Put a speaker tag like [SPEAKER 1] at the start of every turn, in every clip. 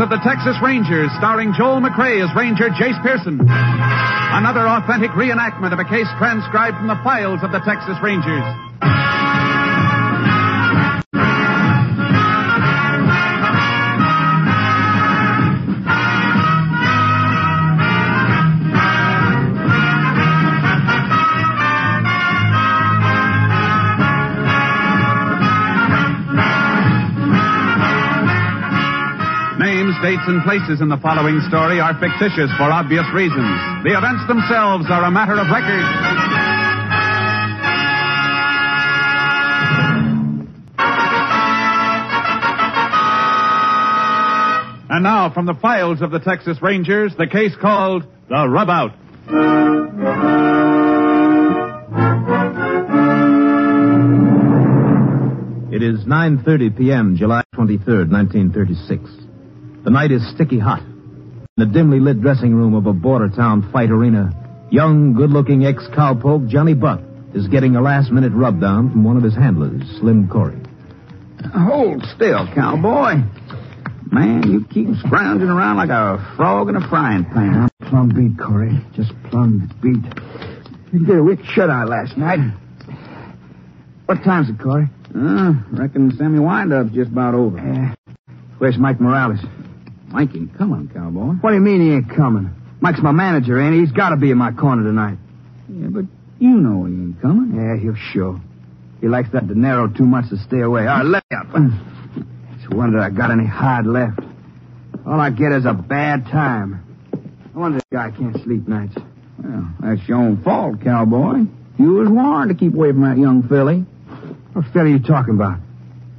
[SPEAKER 1] of the Texas Rangers, starring Joel McRae as Ranger Jace Pearson. Another authentic reenactment of a case transcribed from the files of the Texas Rangers. Names, dates, and places in the following story are fictitious for obvious reasons. The events themselves are a matter of record. And now, from the files of the Texas Rangers, the case called The Rubout.
[SPEAKER 2] It is 9:30 p.m., July 23rd, 1936. The night is sticky hot. In the dimly lit dressing room of a border town fight arena, young, good-looking ex-cowpoke Johnny Buck is getting a last-minute rubdown from one of his handlers, Slim Corey.
[SPEAKER 3] Hold still, cowboy. Man, you keep scrounging around like a frog in a frying pan.
[SPEAKER 4] Plum beat, Corey. Just plum beat. You get a wicked shut eye last night. What time's it, Corey?
[SPEAKER 3] Uh,
[SPEAKER 4] Mm.
[SPEAKER 3] reckon Sammy Windup's just about over.
[SPEAKER 4] Where's Mike Morales?
[SPEAKER 3] Mike ain't coming, cowboy.
[SPEAKER 4] What do you mean he ain't coming? Mike's my manager, ain't he? He's got to be in my corner tonight.
[SPEAKER 3] Yeah, but you know he ain't coming.
[SPEAKER 4] Yeah, he'll show. He likes that dinero too much to stay away. All right, lay up.
[SPEAKER 3] Hmm.
[SPEAKER 4] It's a wonder I got any hide left. All I get is a bad time. I wonder this guy can't sleep nights.
[SPEAKER 3] Well, that's your own fault, cowboy. You was warned to keep away from that young filly.
[SPEAKER 4] What fella are you talking about?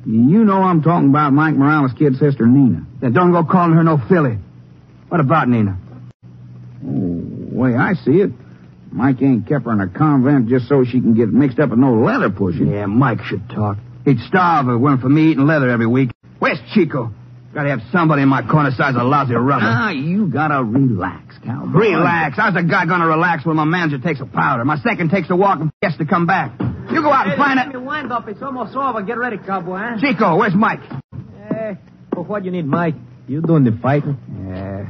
[SPEAKER 3] You know I'm talking about Mike Morales' kid sister, Nina.
[SPEAKER 4] Then don't go calling her no filly. What about Nina?
[SPEAKER 3] Oh, way I see it, Mike ain't kept her in a convent just so she can get mixed up with no leather pushing.
[SPEAKER 4] Yeah, Mike should talk. He'd starve if it weren't for me eating leather every week. Where's Chico? Gotta have somebody in my corner size a lousy rubber.
[SPEAKER 3] Ah, you gotta relax, cowboy.
[SPEAKER 4] Relax. How's a guy gonna relax when my manager takes a powder, my second takes a walk, and gets to come back? You go out and find
[SPEAKER 5] Hey,
[SPEAKER 4] it.
[SPEAKER 5] wind up. It's almost over. Get ready, cowboy. Huh?
[SPEAKER 4] Chico, where's Mike?
[SPEAKER 5] Eh, for what you need, Mike?
[SPEAKER 2] You doing the fighting?
[SPEAKER 4] Yeah.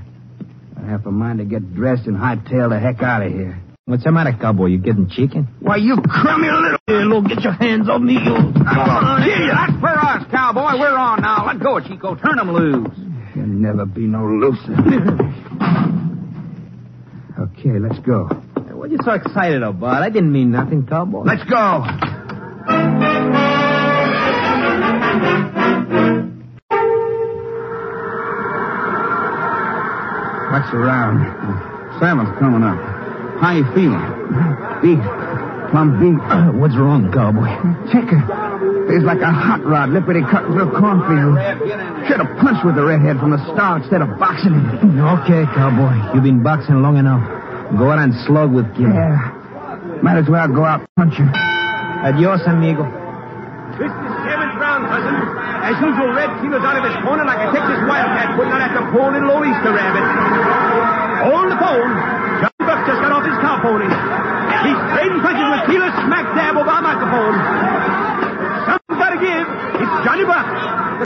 [SPEAKER 4] I have a mind to get dressed and hightail the heck out of here.
[SPEAKER 2] What's the matter, cowboy? You getting chicken?
[SPEAKER 4] Why, you crummy little... Here, look, get your hands on me, you... I'll kill you. That's for us, cowboy. We're on now. Let go, Chico. Turn him loose. There'll never be no looser. okay, let's go.
[SPEAKER 2] What are you so excited about? I didn't mean nothing, cowboy.
[SPEAKER 4] Let's go. What's around?
[SPEAKER 3] Salmon's coming up. How you feeling?
[SPEAKER 4] Beat. Plum beat.
[SPEAKER 2] What's wrong, cowboy?
[SPEAKER 4] Checker. It's like a hot rod lippity cut through a cornfield. Should have punched with the redhead from the start instead of boxing him.
[SPEAKER 2] Okay, cowboy. You've been boxing long enough. Go out and slug with Gil.
[SPEAKER 4] Yeah. Might as well go out punching.
[SPEAKER 2] Adios, amigo.
[SPEAKER 6] This is Kevin Brown, cousin. As usual, Red Keeler's out of his corner like a Texas wildcat putting out after poor little old Easter rabbit. Hold the phone. John Buck just got off his cow pony. He's trading punches with Keeler smack dab over our microphone. Something's got to give. It's Johnny Buck.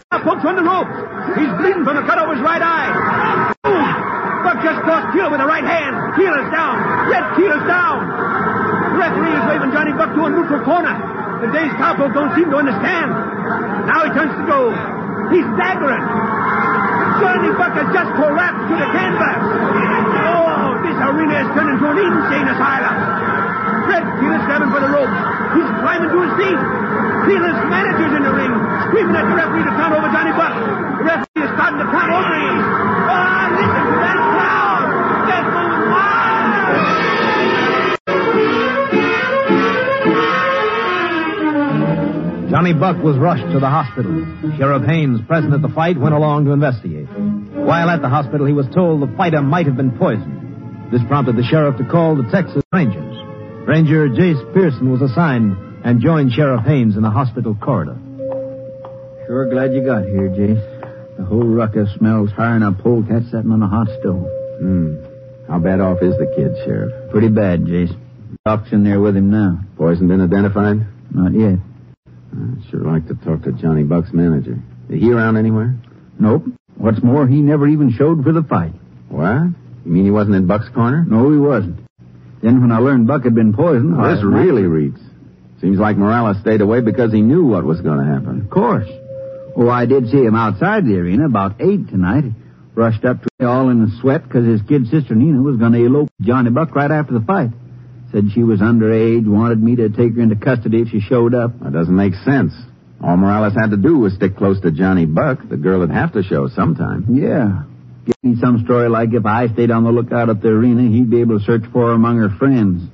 [SPEAKER 6] The cowpoke's on the rope. He's bleeding from the cut over his right eye. Boom. Buck just crossed Keeler with the right hand. Keeler's down. Red Keeler's down. The referee is waving Johnny Buck to a neutral corner. Today's cowpoke don't seem to understand. Now he turns to go. He's staggering. Johnny Buck has just collapsed to the canvas. Oh, this arena is turning into an insane asylum. Red Keeler's stabbing for the rope. He's climbing to his feet. Keeler's manager's in the ring, screaming at the referee to count over Johnny Buck. The referee is starting to count over him. Ah, listen to that crowd. That moves wild.
[SPEAKER 2] Johnny Buck was rushed to the hospital. Sheriff Haynes, present at the fight, went along to investigate. While at the hospital, he was told the fighter might have been poisoned. This prompted the sheriff to call the Texas Rangers. Ranger Jace Pearson was assigned and joined Sheriff Haynes in the hospital corridor.
[SPEAKER 3] Sure glad you got here, Jace. The whole ruckus smells higher than a polecat setting on a hot stove.
[SPEAKER 7] Hmm. How bad off is the kid, Sheriff?
[SPEAKER 3] Pretty bad, Jace. Doc's in there with him now.
[SPEAKER 7] Poison been identified?
[SPEAKER 3] Not yet.
[SPEAKER 7] I'd sure like to talk to Johnny Buck's manager. Is he around anywhere?
[SPEAKER 3] Nope. What's more, he never even showed for the fight.
[SPEAKER 7] What? You mean he wasn't in Buck's corner? Oh,
[SPEAKER 3] No, he wasn't. Then when I learned Buck had been poisoned, I-
[SPEAKER 7] this really reeks. Seems like Morales stayed away because he knew what was going to happen.
[SPEAKER 3] Of course. Oh, I did see him outside the arena about eight tonight. Rushed up to me all in a sweat because his kid sister Nina was going to elope with Johnny Buck right after the fight. Said she was underage, wanted me to take her into custody if she showed up.
[SPEAKER 7] That doesn't make sense. All Morales had to do was stick close to Johnny Buck. The girl would have to show sometime.
[SPEAKER 3] Yeah. Give me some story like if I stayed on the lookout at the arena, he'd be able to search for her among her friends.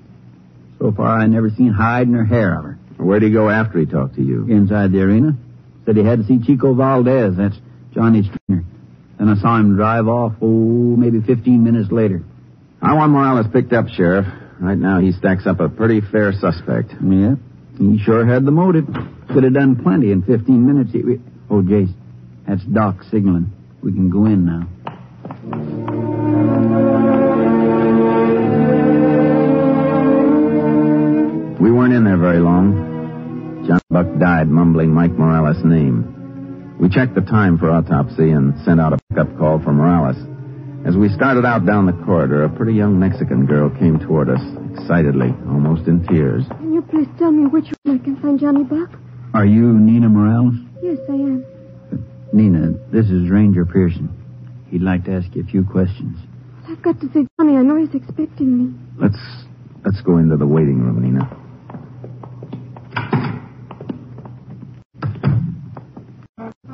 [SPEAKER 3] So far, I never seen hide nor hair of her.
[SPEAKER 7] Where'd he go after he talked to you?
[SPEAKER 3] inside the arena. Said he had to see Chico Valdez. That's Johnny's trainer. Then I saw him drive off, oh, maybe 15 minutes later.
[SPEAKER 7] I want Morales picked up, Sheriff. Right now, he stacks up a pretty fair suspect.
[SPEAKER 3] Yeah, he sure had the motive. Could have done plenty in 15 minutes. He, we- oh, Jace, that's Doc signaling. We can go in now.
[SPEAKER 7] We weren't in there very long. John Buck died mumbling Mike Morales' name. We checked the time for autopsy and sent out a pickup call for Morales. As we started out down the corridor, a pretty young Mexican girl came toward us, excitedly, almost in tears.
[SPEAKER 8] Can you please tell me which room I can find Johnny Buck?
[SPEAKER 3] Are you Nina Morales?
[SPEAKER 8] Yes, I am.
[SPEAKER 3] Nina, this is Ranger Pearson. He'd like to ask you a few questions.
[SPEAKER 8] I've got to see Johnny. I know he's expecting me.
[SPEAKER 7] Let's let's go into the waiting room, Nina.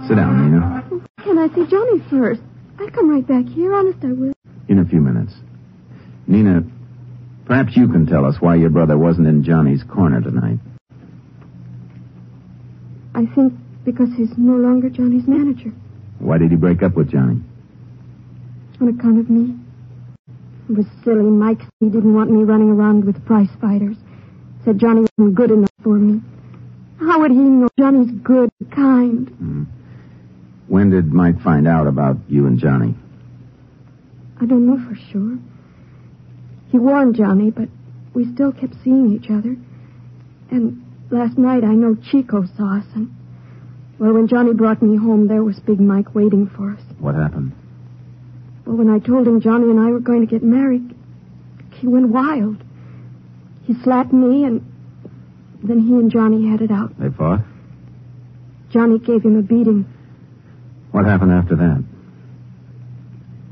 [SPEAKER 7] Sit down, Nina.
[SPEAKER 8] Can I see Johnny first? I'll come right back here. Honest, I will.
[SPEAKER 7] In a few minutes. Nina, perhaps you can tell us why your brother wasn't in Johnny's corner tonight.
[SPEAKER 8] I think because he's no longer Johnny's manager
[SPEAKER 7] Why did he break up with Johnny?
[SPEAKER 8] on account of me. It was silly. Mike said he didn't want me running around with prize fighters. Said Johnny wasn't good enough for me. How would he know Johnny's good, kind?
[SPEAKER 7] When did Mike find out about you and Johnny?
[SPEAKER 8] I don't know for sure. He warned Johnny, but we still kept seeing each other. And last night I know Chico saw us and well when Johnny brought me home there was Big Mike waiting for us.
[SPEAKER 7] What happened?
[SPEAKER 8] Well, when I told him Johnny and I were going to get married, he went wild. He slapped me, and then he and Johnny had it out.
[SPEAKER 7] They fought?
[SPEAKER 8] Johnny gave him a beating.
[SPEAKER 7] What happened after that?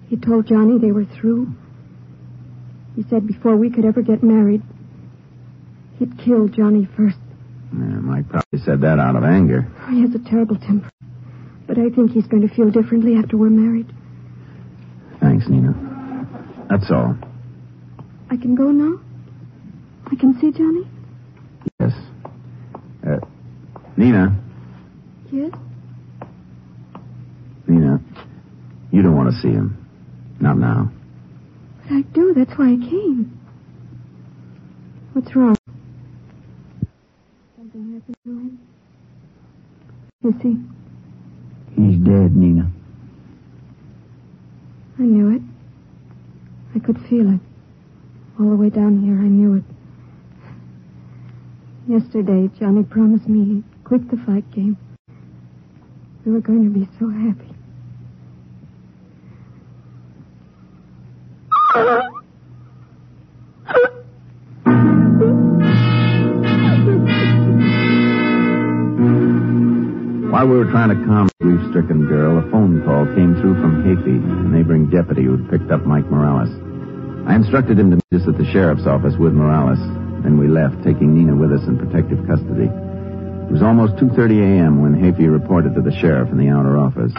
[SPEAKER 8] He told Johnny they were through. He said before we could ever get married, he'd kill Johnny first.
[SPEAKER 7] Yeah, Mike probably said that out of anger.
[SPEAKER 8] He has a terrible temper. But I think he's going to feel differently after we're married.
[SPEAKER 7] Thanks, Nina. That's all.
[SPEAKER 8] I can go now? I can see Johnny?
[SPEAKER 7] Yes. Uh, Nina,
[SPEAKER 8] Yes?
[SPEAKER 7] Nina, you don't want to see him. Not now.
[SPEAKER 8] But I do. That's why I came. What's wrong? Something happened to him. You see,
[SPEAKER 3] He's dead, Nina.
[SPEAKER 8] I knew it. I could feel it. All the way down here, I knew it. Yesterday, Johnny promised me he'd quit the fight game. We were going to be so happy.
[SPEAKER 7] While we were trying to calm the grief-stricken girl, a phone call came through from Haiti, a neighboring deputy who'd picked up Mike Morales. I instructed him to meet us at the sheriff's office with Morales. Then we left, taking Nina with us in protective custody. It was almost 2.30 a.m. when Hafey reported to the sheriff in the outer office.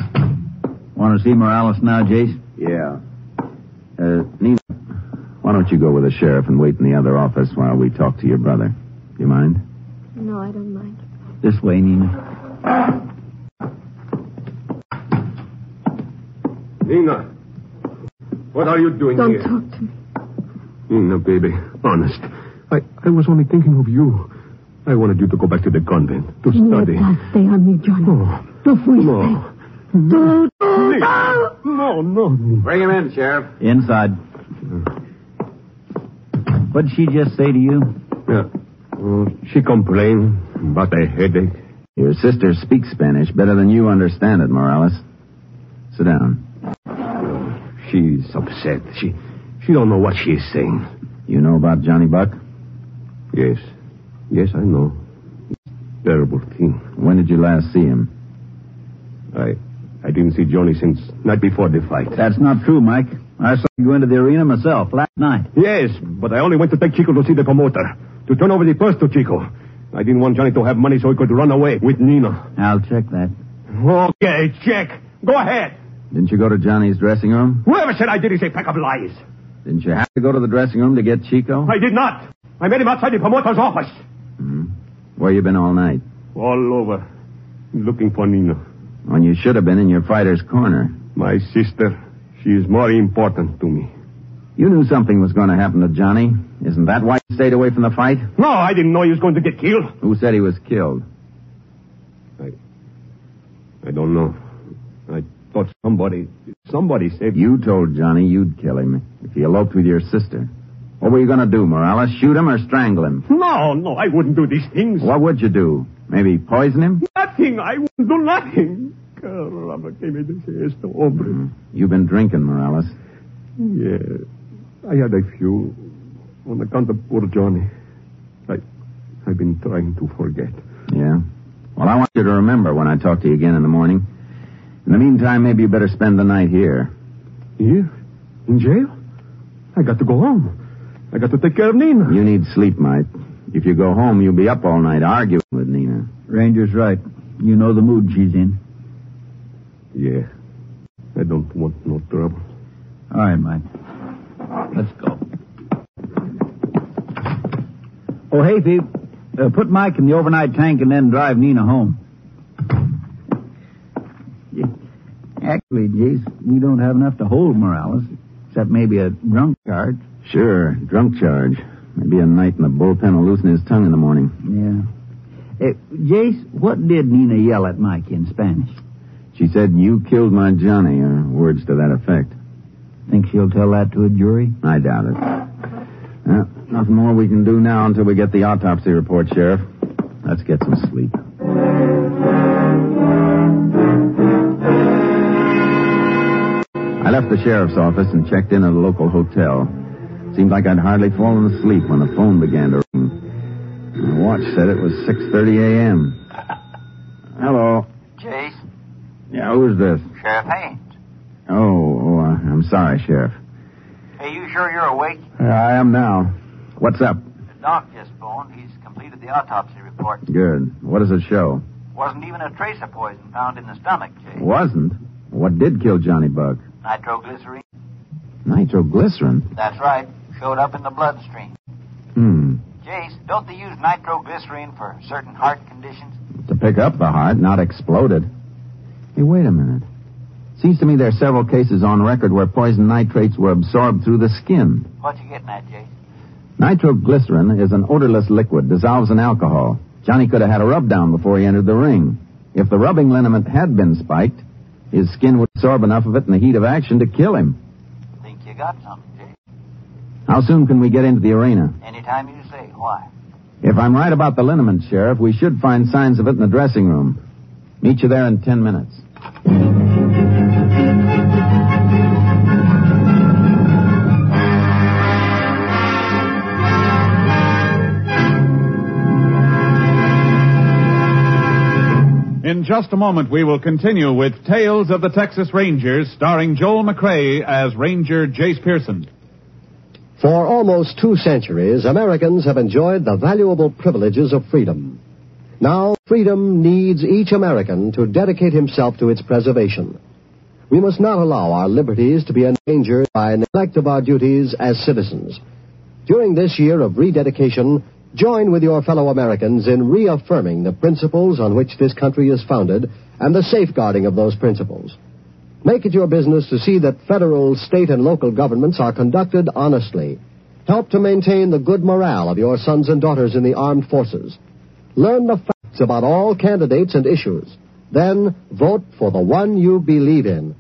[SPEAKER 3] Want to see Morales now, Jace?
[SPEAKER 7] Yeah. Uh, Nina, why don't you go with the sheriff and wait in the other office while we talk to your brother? You mind?
[SPEAKER 8] No, I don't mind.
[SPEAKER 3] This way, Nina.
[SPEAKER 6] Nina, what are you doing
[SPEAKER 8] Don't
[SPEAKER 6] here?
[SPEAKER 8] talk to me.
[SPEAKER 6] Nina, baby, honest. I, I was only thinking of you. I wanted you to go back to the convent, to
[SPEAKER 8] Let
[SPEAKER 6] study.
[SPEAKER 8] that stay on me, Johnny.
[SPEAKER 6] Oh,
[SPEAKER 8] Don't waste it.
[SPEAKER 6] no.
[SPEAKER 8] Don't.
[SPEAKER 6] Nina. No, no, Nina.
[SPEAKER 7] Bring him in, Sheriff.
[SPEAKER 3] Inside. What'd she just say to you?
[SPEAKER 6] Yeah. Oh, she complained about a headache.
[SPEAKER 7] Your sister speaks Spanish better than you understand it, Morales. Sit down.
[SPEAKER 6] She's upset. She she don't know what she's saying.
[SPEAKER 7] You know about Johnny Buck?
[SPEAKER 6] Yes. Yes, I know. Terrible thing.
[SPEAKER 7] When did you last see him?
[SPEAKER 6] I I didn't see Johnny since night before the fight.
[SPEAKER 3] That's not true, Mike. I saw you go into the arena myself last night.
[SPEAKER 6] Yes, but I only went to take Chico to see the promoter. To turn over the purse to Chico. I didn't want Johnny to have money so he could run away with Nina. Oh,
[SPEAKER 3] I'll check that.
[SPEAKER 6] Okay, check. Go ahead.
[SPEAKER 7] Didn't you go to Johnny's dressing room?
[SPEAKER 6] Whoever said I did is a pack of lies.
[SPEAKER 7] Didn't you have to go to the dressing room to get Chico?
[SPEAKER 6] I did not. I met him outside the promoter's office.
[SPEAKER 7] Where you been all night?
[SPEAKER 6] All over. Looking for Nina.
[SPEAKER 7] When you should have been in your fighter's corner.
[SPEAKER 6] My sister. She is more important to me.
[SPEAKER 7] You knew something was going to happen to Johnny. Isn't that why you stayed away from the fight?
[SPEAKER 6] No, I didn't know he was going to get killed.
[SPEAKER 7] Who said he was killed?
[SPEAKER 6] I don't know. I thought somebody somebody said
[SPEAKER 7] You told Johnny you'd kill him if he eloped with your sister. What were you going to do, Morales? Shoot him or strangle him?
[SPEAKER 6] No, no, I wouldn't do these things.
[SPEAKER 7] What would you do? Maybe poison him?
[SPEAKER 6] Nothing. I wouldn't do nothing. Caramba, que me dice esto, hombre.
[SPEAKER 7] You've been drinking, Morales.
[SPEAKER 9] Mm-hmm.
[SPEAKER 6] Yeah. I had a few on account of poor Johnny. I, I've been trying to forget.
[SPEAKER 7] Yeah. Well, I want you to remember when I talk to you again in the morning. In the meantime, maybe you better spend the night here.
[SPEAKER 6] Here? In jail? I got to go home. I got to take care of Nina.
[SPEAKER 7] You need sleep, Mike. If you go home, you'll be up all night arguing with Nina.
[SPEAKER 3] Ranger's right. You know the mood she's in.
[SPEAKER 6] Yeah. I don't want no trouble.
[SPEAKER 3] All right, Mike. Let's go. Oh, hey, Pete. Uh, put Mike in the overnight tank and then drive Nina home. Yeah. Actually, Jace, we don't have enough to hold Morales, except maybe a drunk charge.
[SPEAKER 7] Sure, drunk charge. Maybe a night in the bullpen will loosen his tongue in the morning.
[SPEAKER 3] Yeah. Uh, Jace, what did Nina yell at Mike in Spanish?
[SPEAKER 7] She said, You killed my Johnny, or words to that effect.
[SPEAKER 3] Think she'll tell that to a jury?
[SPEAKER 7] I doubt it. Well, nothing more we can do now until we get the autopsy report, Sheriff. Let's get some sleep. I left the sheriff's office and checked in at a local hotel. Seemed like I'd hardly fallen asleep when the phone began to ring. My watch said it was 6:30 a.m. Hello.
[SPEAKER 9] Jace,
[SPEAKER 7] Yeah, who's this?
[SPEAKER 9] Sheriff Haynes.
[SPEAKER 7] Oh, oh, I- I'm sorry, Sheriff.
[SPEAKER 9] Are you sure you're awake?
[SPEAKER 7] Yeah, I am now. What's up?
[SPEAKER 9] The doc just phoned. He's completed the autopsy report.
[SPEAKER 7] Good. What does it show?
[SPEAKER 9] Wasn't even a trace of poison found in the stomach, Jace.
[SPEAKER 7] Wasn't. What did kill Johnny Buck?
[SPEAKER 9] Nitroglycerine.
[SPEAKER 7] Nitroglycerin.
[SPEAKER 9] That's right. Showed up in the bloodstream.
[SPEAKER 7] Hmm.
[SPEAKER 9] Jace, don't they use nitroglycerine for certain heart conditions?
[SPEAKER 7] To pick up the heart, not explode it. Hey, wait a minute. Seems to me there are several cases on record where poison nitrates were absorbed through the skin.
[SPEAKER 9] What you getting at, Jace?
[SPEAKER 7] Nitroglycerin is an odorless liquid, dissolves in alcohol. Johnny could have had a rub down before he entered the ring. If the rubbing liniment had been spiked, his skin would absorb enough of it in the heat of action to kill him.
[SPEAKER 9] Think you got something, Jace?
[SPEAKER 7] How soon can we get into the arena?
[SPEAKER 9] Anytime you say. Why?
[SPEAKER 7] If I'm right about the liniment, Sheriff, we should find signs of it in the dressing room. Meet you there in ten minutes.
[SPEAKER 1] In just a moment, we will continue with Tales of the Texas Rangers, starring Joel McRae as Ranger Jace Pearson.
[SPEAKER 10] For almost two centuries, Americans have enjoyed the valuable privileges of freedom. Now, freedom needs each American to dedicate himself to its preservation. We must not allow our liberties to be endangered by neglect of our duties as citizens. During this year of rededication, join with your fellow Americans in reaffirming the principles on which this country is founded and the safeguarding of those principles. Make it your business to see that federal, state, and local governments are conducted honestly. Help to maintain the good morale of your sons and daughters in the armed forces. Learn the facts about all candidates and issues. Then vote for the one you believe in.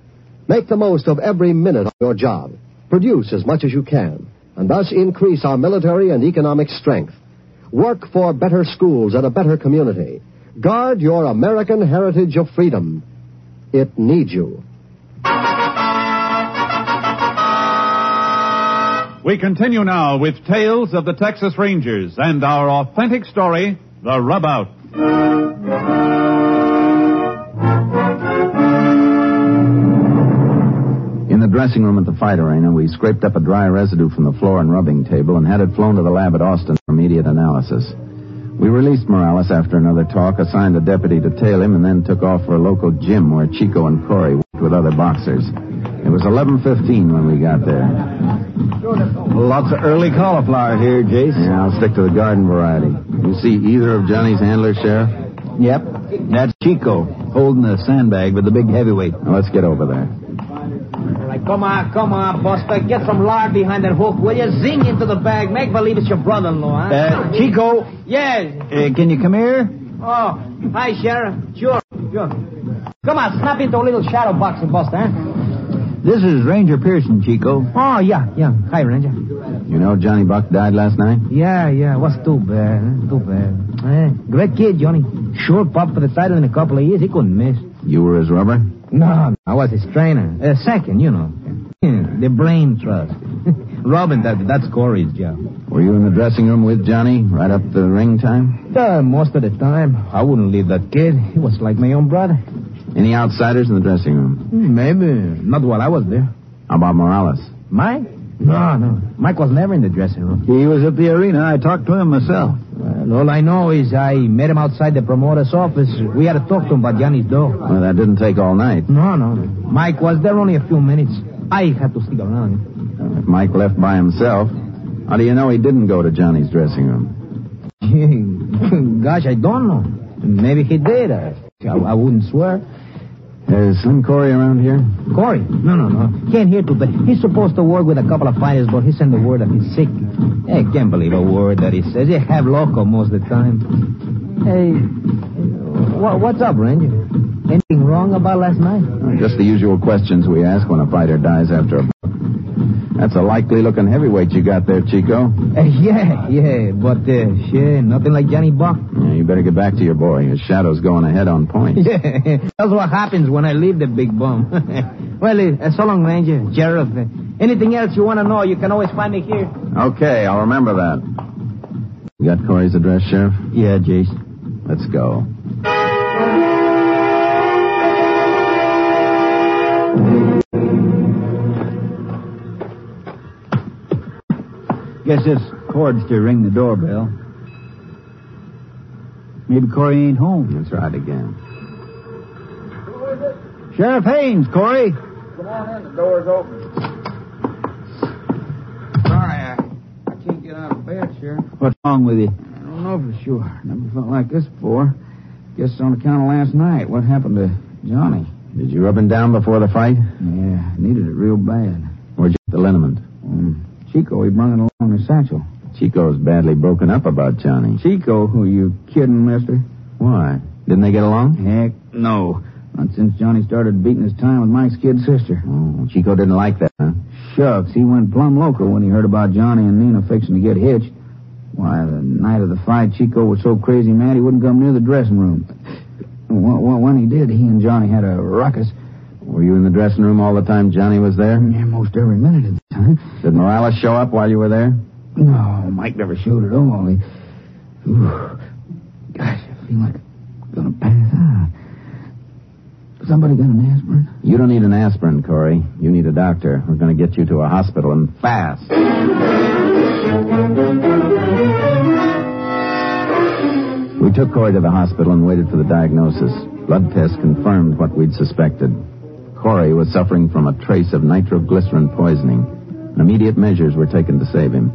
[SPEAKER 10] Make the most of every minute of your job. Produce as much as you can, and thus increase our military and economic strength. Work for better schools and a better community. Guard your American heritage of freedom. It needs you.
[SPEAKER 1] We continue now with Tales of the Texas Rangers and our authentic story, The Rubout.
[SPEAKER 7] In the dressing room at the fight arena, we scraped up a dry residue from the floor and rubbing table and had it flown to the lab at Austin for immediate analysis. We released Morales after another talk, assigned a deputy to tail him, and then took off for a local gym where Chico and Corey worked with other boxers. It was 11.15 when we got there.
[SPEAKER 2] Lots of early cauliflower here, Jace.
[SPEAKER 7] Yeah, I'll stick to the garden variety. You see either of Johnny's handlers, Sheriff?
[SPEAKER 3] Yep. That's Chico, holding the sandbag with the big heavyweight.
[SPEAKER 7] Now, let's get over there.
[SPEAKER 5] All right, come on, come on, Buster. Get some lard behind that hook, will you? Zing into the bag. Make believe it's your brother-in-law, huh?
[SPEAKER 3] Uh, Chico.
[SPEAKER 5] Yes.
[SPEAKER 3] Uh, can you come here?
[SPEAKER 5] Oh, hi, Sheriff. Sure, sure. Come on, snap into a little shadow boxing, Buster, huh?
[SPEAKER 3] This is Ranger Pearson, Chico.
[SPEAKER 5] Oh, yeah, yeah. Hi, Ranger.
[SPEAKER 7] You know Johnny Buck died last night?
[SPEAKER 5] Yeah, yeah. Was too bad. huh? Too bad. Eh, great kid, Johnny. Sure pop for the title in a couple of years. He couldn't miss.
[SPEAKER 7] You were his rubber?
[SPEAKER 5] No, I was his trainer. Uh, second, you know. Yeah, the brain trust. Robin, that, that's Corey's job.
[SPEAKER 7] Were you in the dressing room with Johnny right up to the ring time?
[SPEAKER 5] Uh, most of the time, I wouldn't leave that kid. He was like my own brother.
[SPEAKER 7] Any outsiders in the dressing room?
[SPEAKER 5] Hmm, Maybe. Not while I was there.
[SPEAKER 7] How about Morales?
[SPEAKER 5] Mike? No, no. Mike was never in the dressing room.
[SPEAKER 3] He was at the arena. I talked to him myself.
[SPEAKER 5] Well, all I know is I met him outside the promoter's office. We had to talk to him about Johnny's door.
[SPEAKER 7] Well, that didn't take all night.
[SPEAKER 5] No, no. Mike was there only a few minutes. I had to stick around.
[SPEAKER 7] If Mike left by himself, how do you know he didn't go to Johnny's dressing room?
[SPEAKER 5] Hmm. Gosh, I don't know. Maybe he did. I, I wouldn't swear.
[SPEAKER 7] Is Slim Corey around here?
[SPEAKER 5] Corey? No, no, no. Can't hear too bad. He's supposed to work with a couple of fighters, but he sent the word that he's sick. I can't believe a word that he says. He have loco most of the time. Hey, wha- what's up, Ranger? Anything wrong about last night?
[SPEAKER 7] Just the usual questions we ask when a fighter dies after a. That's a likely looking heavyweight you got there, Chico.
[SPEAKER 5] Uh, yeah, yeah, but uh, yeah, nothing like Johnny Buck.
[SPEAKER 7] Yeah, you better get back to your boy. His shadow's going ahead on point.
[SPEAKER 5] Yeah, that's what happens when I leave the big bum. well, uh, so long, Ranger, Sheriff. Uh, anything else you want to know, you can always find me here.
[SPEAKER 7] Okay, I'll remember that. You got Corey's address, Sheriff?
[SPEAKER 3] Yeah, Jason.
[SPEAKER 7] Let's go.
[SPEAKER 3] Guess this cord's to ring the doorbell. Maybe Corey ain't home.
[SPEAKER 7] That's right again.
[SPEAKER 3] Sheriff Haynes, Corey.
[SPEAKER 11] Come on in, the door's open. Sorry, I, I can't get out of bed, Sheriff.
[SPEAKER 3] What's wrong with you?
[SPEAKER 11] I don't know for sure. Never felt like this before. Guess it's on account of last night. What happened to Johnny?
[SPEAKER 7] Did you rub him down before the fight?
[SPEAKER 11] Yeah, I needed it real bad.
[SPEAKER 7] Where'd you get the liniment?
[SPEAKER 11] Um, Chico, he brung it along in his satchel.
[SPEAKER 7] Chico's badly broken up about Johnny.
[SPEAKER 11] Chico, who you kidding, mister?
[SPEAKER 7] Why? Didn't they get along?
[SPEAKER 11] Heck no. Not since Johnny started beating his time with Mike's kid sister.
[SPEAKER 7] Oh, Chico didn't like that, huh?
[SPEAKER 11] Shucks, he went plumb loco when he heard about Johnny and Nina fixing to get hitched. Why, the night of the fight, Chico was so crazy mad he wouldn't come near the dressing room. Wh- wh- When he did, he and Johnny had a ruckus.
[SPEAKER 7] Were you in the dressing room all the time Johnny was there?
[SPEAKER 11] Yeah, most every minute of the time.
[SPEAKER 7] Did Morales show up while you were there?
[SPEAKER 11] No, Oh, Mike never showed at all. He... Ooh. Gosh, I feel like I'm gonna pass out. Somebody got an aspirin?
[SPEAKER 7] You don't need an aspirin, Corey. You need a doctor. We're going to get you to a hospital and fast. We took Corey to the hospital and waited for the diagnosis. Blood tests confirmed what we'd suspected. Corey was suffering from a trace of nitroglycerin poisoning. and Immediate measures were taken to save him.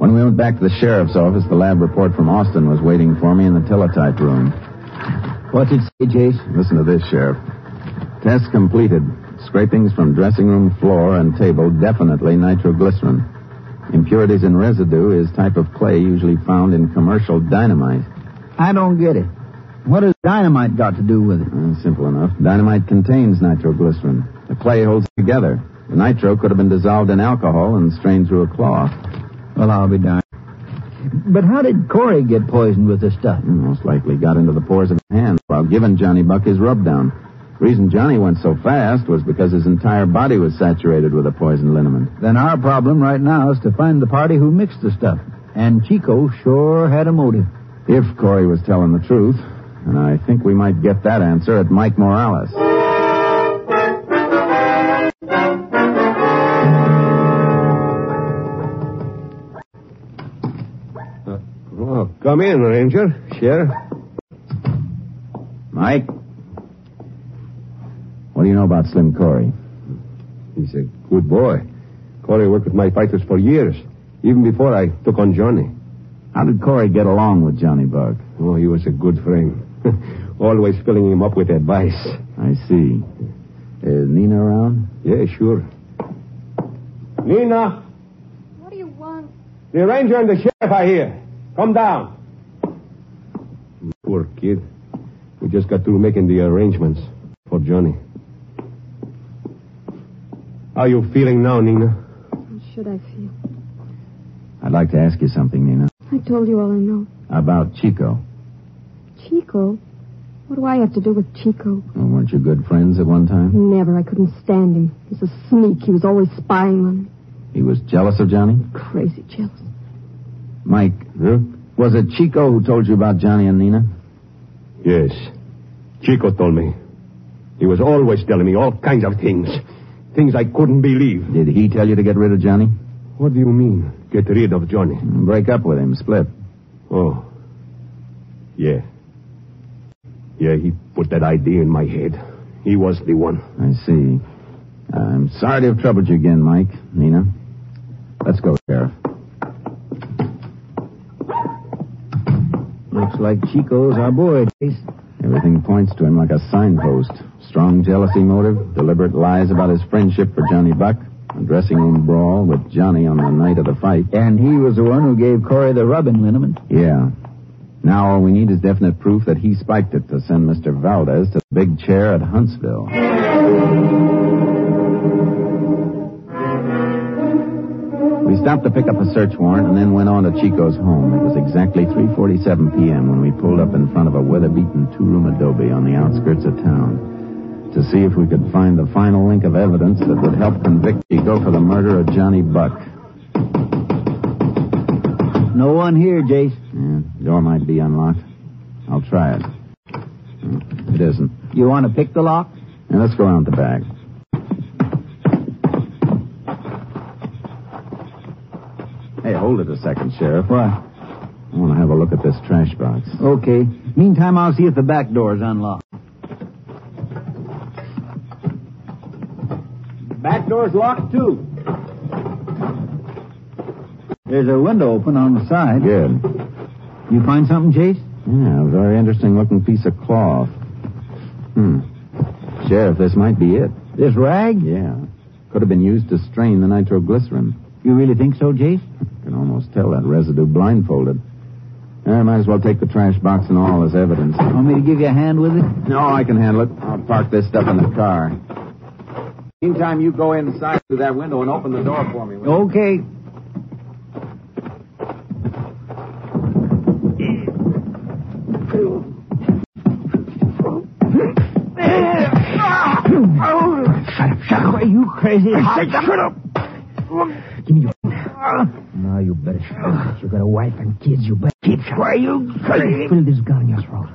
[SPEAKER 7] When we went back to the sheriff's office, the lab report from Austin was waiting for me in the teletype room.
[SPEAKER 3] What's it say, Jason?
[SPEAKER 7] Listen to this, Sheriff. Test completed. Scrapings from dressing room floor and table definitely nitroglycerin. Impurities in residue is type of clay usually found in commercial dynamite.
[SPEAKER 3] I don't get it. What has dynamite got to do with it?
[SPEAKER 7] Uh, simple enough. Dynamite contains nitroglycerin. The clay holds it together. The nitro could have been dissolved in alcohol and strained through a cloth.
[SPEAKER 3] Well, I'll be darned. But how did Corey get poisoned with this stuff?
[SPEAKER 7] Most likely got into the pores of his hand while giving Johnny Buck his rub down. reason Johnny went so fast was because his entire body was saturated with a poison liniment.
[SPEAKER 5] Then our problem right now is to find the party who mixed the stuff. And Chico sure had a motive.
[SPEAKER 7] If Corey was telling the truth, and I think we might get that answer at Mike Morales.
[SPEAKER 12] Oh, come in, Ranger. Sheriff.
[SPEAKER 7] Mike? What do you know about Slim Corey?
[SPEAKER 12] He's a good boy. Corey worked with my fighters for years, even before I took on Johnny.
[SPEAKER 7] How did Corey get along with Johnny Bug?
[SPEAKER 12] Oh, he was a good friend. Always filling him up with advice.
[SPEAKER 7] I see. Is Nina around?
[SPEAKER 12] Yeah, sure. Nina,
[SPEAKER 8] What do you want?
[SPEAKER 12] the ranger and the sheriff are here. Come down. Poor kid. We just got through making the arrangements for Johnny. How you feeling now, Nina?
[SPEAKER 8] How should I feel?
[SPEAKER 7] I'd like to ask you something, Nina.
[SPEAKER 8] I told you all I know.
[SPEAKER 7] About Chico.
[SPEAKER 8] Chico? What do I have to do with Chico?
[SPEAKER 7] Well, weren't you good friends at one time?
[SPEAKER 8] Never. I couldn't stand him. He's a sneak. He was always spying on me.
[SPEAKER 7] He was jealous of Johnny?
[SPEAKER 8] Crazy jealous.
[SPEAKER 7] Mike, was it Chico who told you about Johnny and Nina?
[SPEAKER 12] Yes. Chico told me. He was always telling me all kinds of things. Things I couldn't believe.
[SPEAKER 7] Did he tell you to get rid of Johnny?
[SPEAKER 12] What do you mean, get rid of Johnny?
[SPEAKER 7] Break up with him, split.
[SPEAKER 12] Oh. Yeah. Yeah, he put that idea in my head. He was the one.
[SPEAKER 7] I see. I'm sorry to have troubled you again, Mike, Nina. Let's go, Sheriff.
[SPEAKER 5] Looks like Chico's our boy, Chase.
[SPEAKER 7] Everything points to him like a signpost. Strong jealousy motive, deliberate lies about his friendship for Johnny Buck, a dressing room brawl with Johnny on the night of the fight.
[SPEAKER 13] And he was the one who gave Corey the rubbing liniment.
[SPEAKER 7] Yeah. Now all we need is definite proof that he spiked it to send Mr. Valdez to the big chair at Huntsville. We stopped to pick up a search warrant and then went on to Chico's home. It was exactly 3.47 p.m. when we pulled up in front of a weather-beaten two-room adobe on the outskirts of town to see if we could find the final link of evidence that would help convict Chico for the murder of Johnny Buck.
[SPEAKER 5] No one here, Jace.
[SPEAKER 7] Yeah, door might be unlocked. I'll try it. No, It isn't.
[SPEAKER 5] You want to pick the lock?
[SPEAKER 7] Now let's go out the back. Hey, hold it a second, Sheriff.
[SPEAKER 5] What?
[SPEAKER 7] I want to have a look at this trash box.
[SPEAKER 5] Okay. Meantime, I'll see if the back door is unlocked.
[SPEAKER 9] Back door's locked, too.
[SPEAKER 5] There's a window open on the side.
[SPEAKER 7] Good.
[SPEAKER 5] You find something, Chase?
[SPEAKER 7] Yeah, a very interesting looking piece of cloth. Hmm. Sheriff, this might be it.
[SPEAKER 5] This rag?
[SPEAKER 7] Yeah. Could have been used to strain the nitroglycerin.
[SPEAKER 5] You really think so, Jace?
[SPEAKER 7] Can almost tell that residue blindfolded. I might as well take the trash box and all as evidence.
[SPEAKER 5] Want me to give you a hand with it?
[SPEAKER 7] No, I can handle it. I'll park this stuff in the car. Meantime, you go inside through that window and open the door for me. will you?
[SPEAKER 5] Okay. Shut up, shut up. Are you crazy? shut up. Give me your. No, you better shut up. You got a wife and kids. You better keep shut up. Are you crazy? Fill this gun in your throat.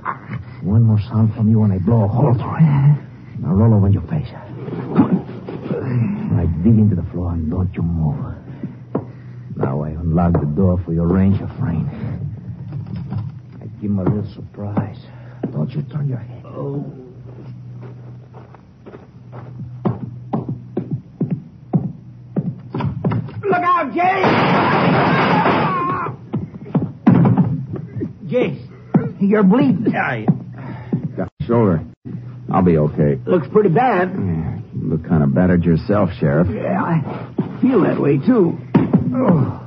[SPEAKER 5] One more sound from you and I blow a hole through it. Now roll over on your face. I dig into the floor and don't you move. Now I unlock the door for your ranger friend. I give him a little surprise. Don't you turn your head. Oh.
[SPEAKER 9] Look out, Jay!
[SPEAKER 5] Jace, you're bleeding.
[SPEAKER 7] Got the shoulder. I'll be okay.
[SPEAKER 9] Looks pretty bad.
[SPEAKER 7] Yeah, you look kind of battered yourself, Sheriff.
[SPEAKER 9] Yeah, I feel that way, too.
[SPEAKER 6] Oh,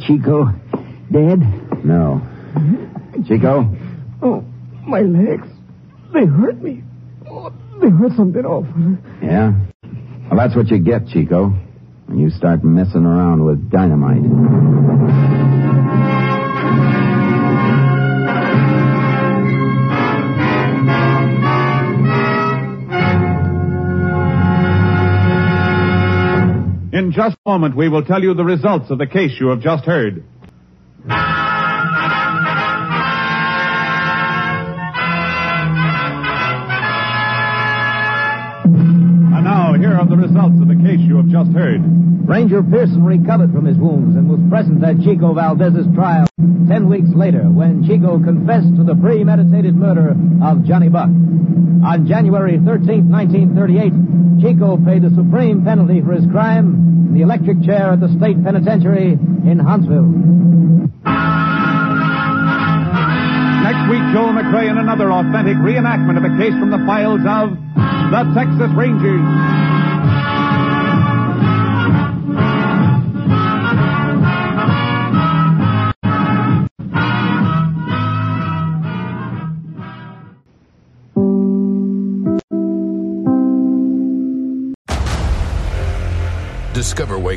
[SPEAKER 5] Chico, dead? Mm-hmm.
[SPEAKER 7] No. Chico?
[SPEAKER 6] Oh, my legs. They hurt me. Oh, they hurt something awful.
[SPEAKER 7] Yeah? Well, that's what you get, Chico, when you start messing around with dynamite.
[SPEAKER 1] In just a moment, we will tell you the results of the case you have just heard. And now, here are the results of the case you have just heard.
[SPEAKER 2] Ranger Pearson recovered from his wounds and was present at Chico Valdez's trial ten weeks later when Chico confessed to the premeditated murder of Johnny Buck. On January 13, 1938, Chico paid the supreme penalty for his crime in the electric chair at the state penitentiary in Huntsville.
[SPEAKER 1] Next week, Joel McRae in another authentic reenactment of a case from the files of the Texas Rangers.
[SPEAKER 14] Discover why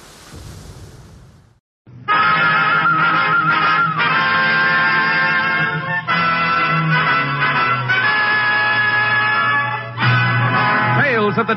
[SPEAKER 1] Tales of the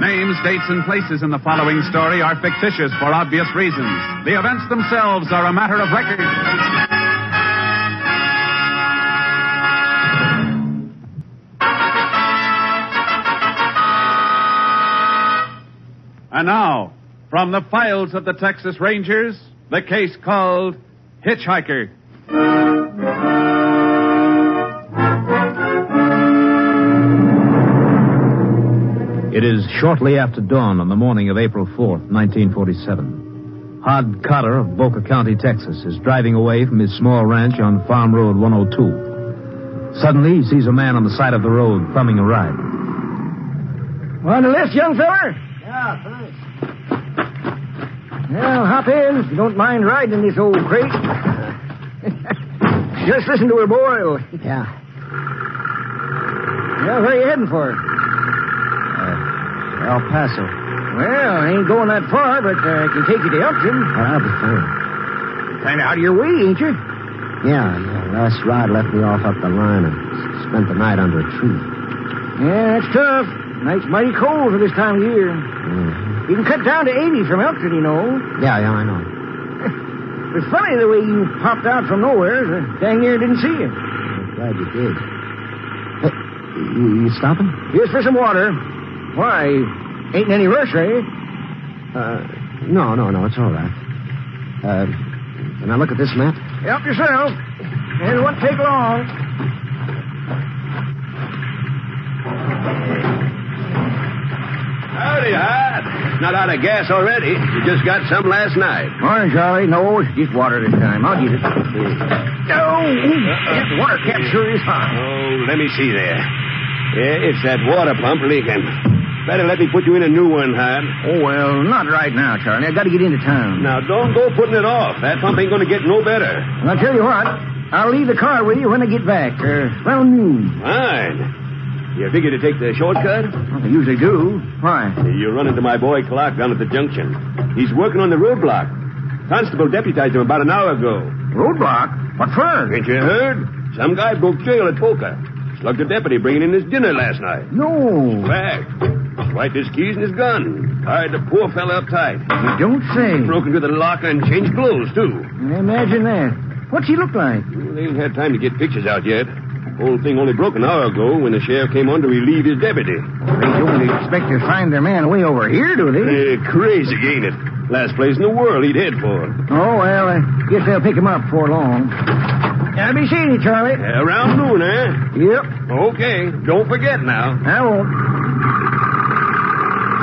[SPEAKER 1] Names, dates, and places in the following story are fictitious for obvious reasons. The events themselves are a matter of record. And now, from the files of the Texas Rangers, the case called Hitchhiker.
[SPEAKER 2] It is shortly after dawn on the morning of April 4th, 1947. Hod Cotter of Boca County, Texas, is driving away from his small ranch on Farm Road 102. Suddenly, he sees a man on the side of the road thumbing a ride.
[SPEAKER 15] Want a lift, young feller?
[SPEAKER 16] Yeah, thanks.
[SPEAKER 15] Well, hop in if you don't mind riding in this old crate. Just listen to her Oh. boil. Yeah. Yeah, where are you heading for? Uh,
[SPEAKER 16] El Paso.
[SPEAKER 15] Well, ain't going that far, but uh, I can take you to Elkton.
[SPEAKER 16] I'll be
[SPEAKER 15] uh,
[SPEAKER 16] fine.
[SPEAKER 15] Kind of out of your way, ain't you?
[SPEAKER 16] Yeah, yeah. Last ride left me off up the line and spent the night under a tree.
[SPEAKER 15] Yeah, that's tough. Night's mighty cold for this time of year. You can cut down to 80 from Elkton, you know.
[SPEAKER 16] Yeah, yeah, I know.
[SPEAKER 15] It's funny the way you popped out from nowhere. uh, Dang near didn't see you.
[SPEAKER 16] I'm glad you did. Hey, you, you stopping?
[SPEAKER 15] Here's for some water. Why, ain't in any rush, eh?
[SPEAKER 16] Uh, no, no, no. It's all right. Uh, can I look at this map?
[SPEAKER 15] Help yourself. And it won't take long.
[SPEAKER 12] Howdy, Hot. Not out of gas already. You just got some last night.
[SPEAKER 15] Morning, Charlie. No, it's just water this time. I'll get it. No! That water cap sure is hot.
[SPEAKER 12] Oh, let me see there. Yeah, it's that water pump leaking. Better let me put you in a new one, Hot.
[SPEAKER 15] Oh, well, not right now, Charlie. I gotta get into town.
[SPEAKER 12] Now, don't go putting it off. That pump ain't going to get no better.
[SPEAKER 15] And I'll tell you what, I'll leave the car with you when I get back, uh, around noon.
[SPEAKER 12] Fine. You figure to take the shortcut?
[SPEAKER 15] I usually do. Why?
[SPEAKER 12] You run into my boy Clark down at the junction. He's working on the roadblock. Constable deputized him about an hour ago.
[SPEAKER 15] Roadblock? What for?
[SPEAKER 12] Ain't you heard? Some guy broke jail at Boca. Slugged a deputy bringing in his dinner last night.
[SPEAKER 15] No.
[SPEAKER 12] Fact. Swiped his keys and his gun. Tied the poor fella up tight.
[SPEAKER 15] You don't say.
[SPEAKER 12] Broke into the locker and changed clothes, too.
[SPEAKER 15] Imagine that. What's he look like?
[SPEAKER 12] Well, they ain't had time to get pictures out yet. Whole thing only broke an hour ago when the sheriff came on to relieve his deputy.
[SPEAKER 15] They don't expect to find their man way over here, do
[SPEAKER 12] Eh,
[SPEAKER 15] they?
[SPEAKER 12] crazy, ain't it? Last place in the world he'd head for.
[SPEAKER 15] Oh, well, I guess they'll pick him up before long. I'll be seeing you, Charlie.
[SPEAKER 12] Around noon, eh?
[SPEAKER 15] Yep.
[SPEAKER 12] Okay. Don't forget now.
[SPEAKER 15] I won't. uh,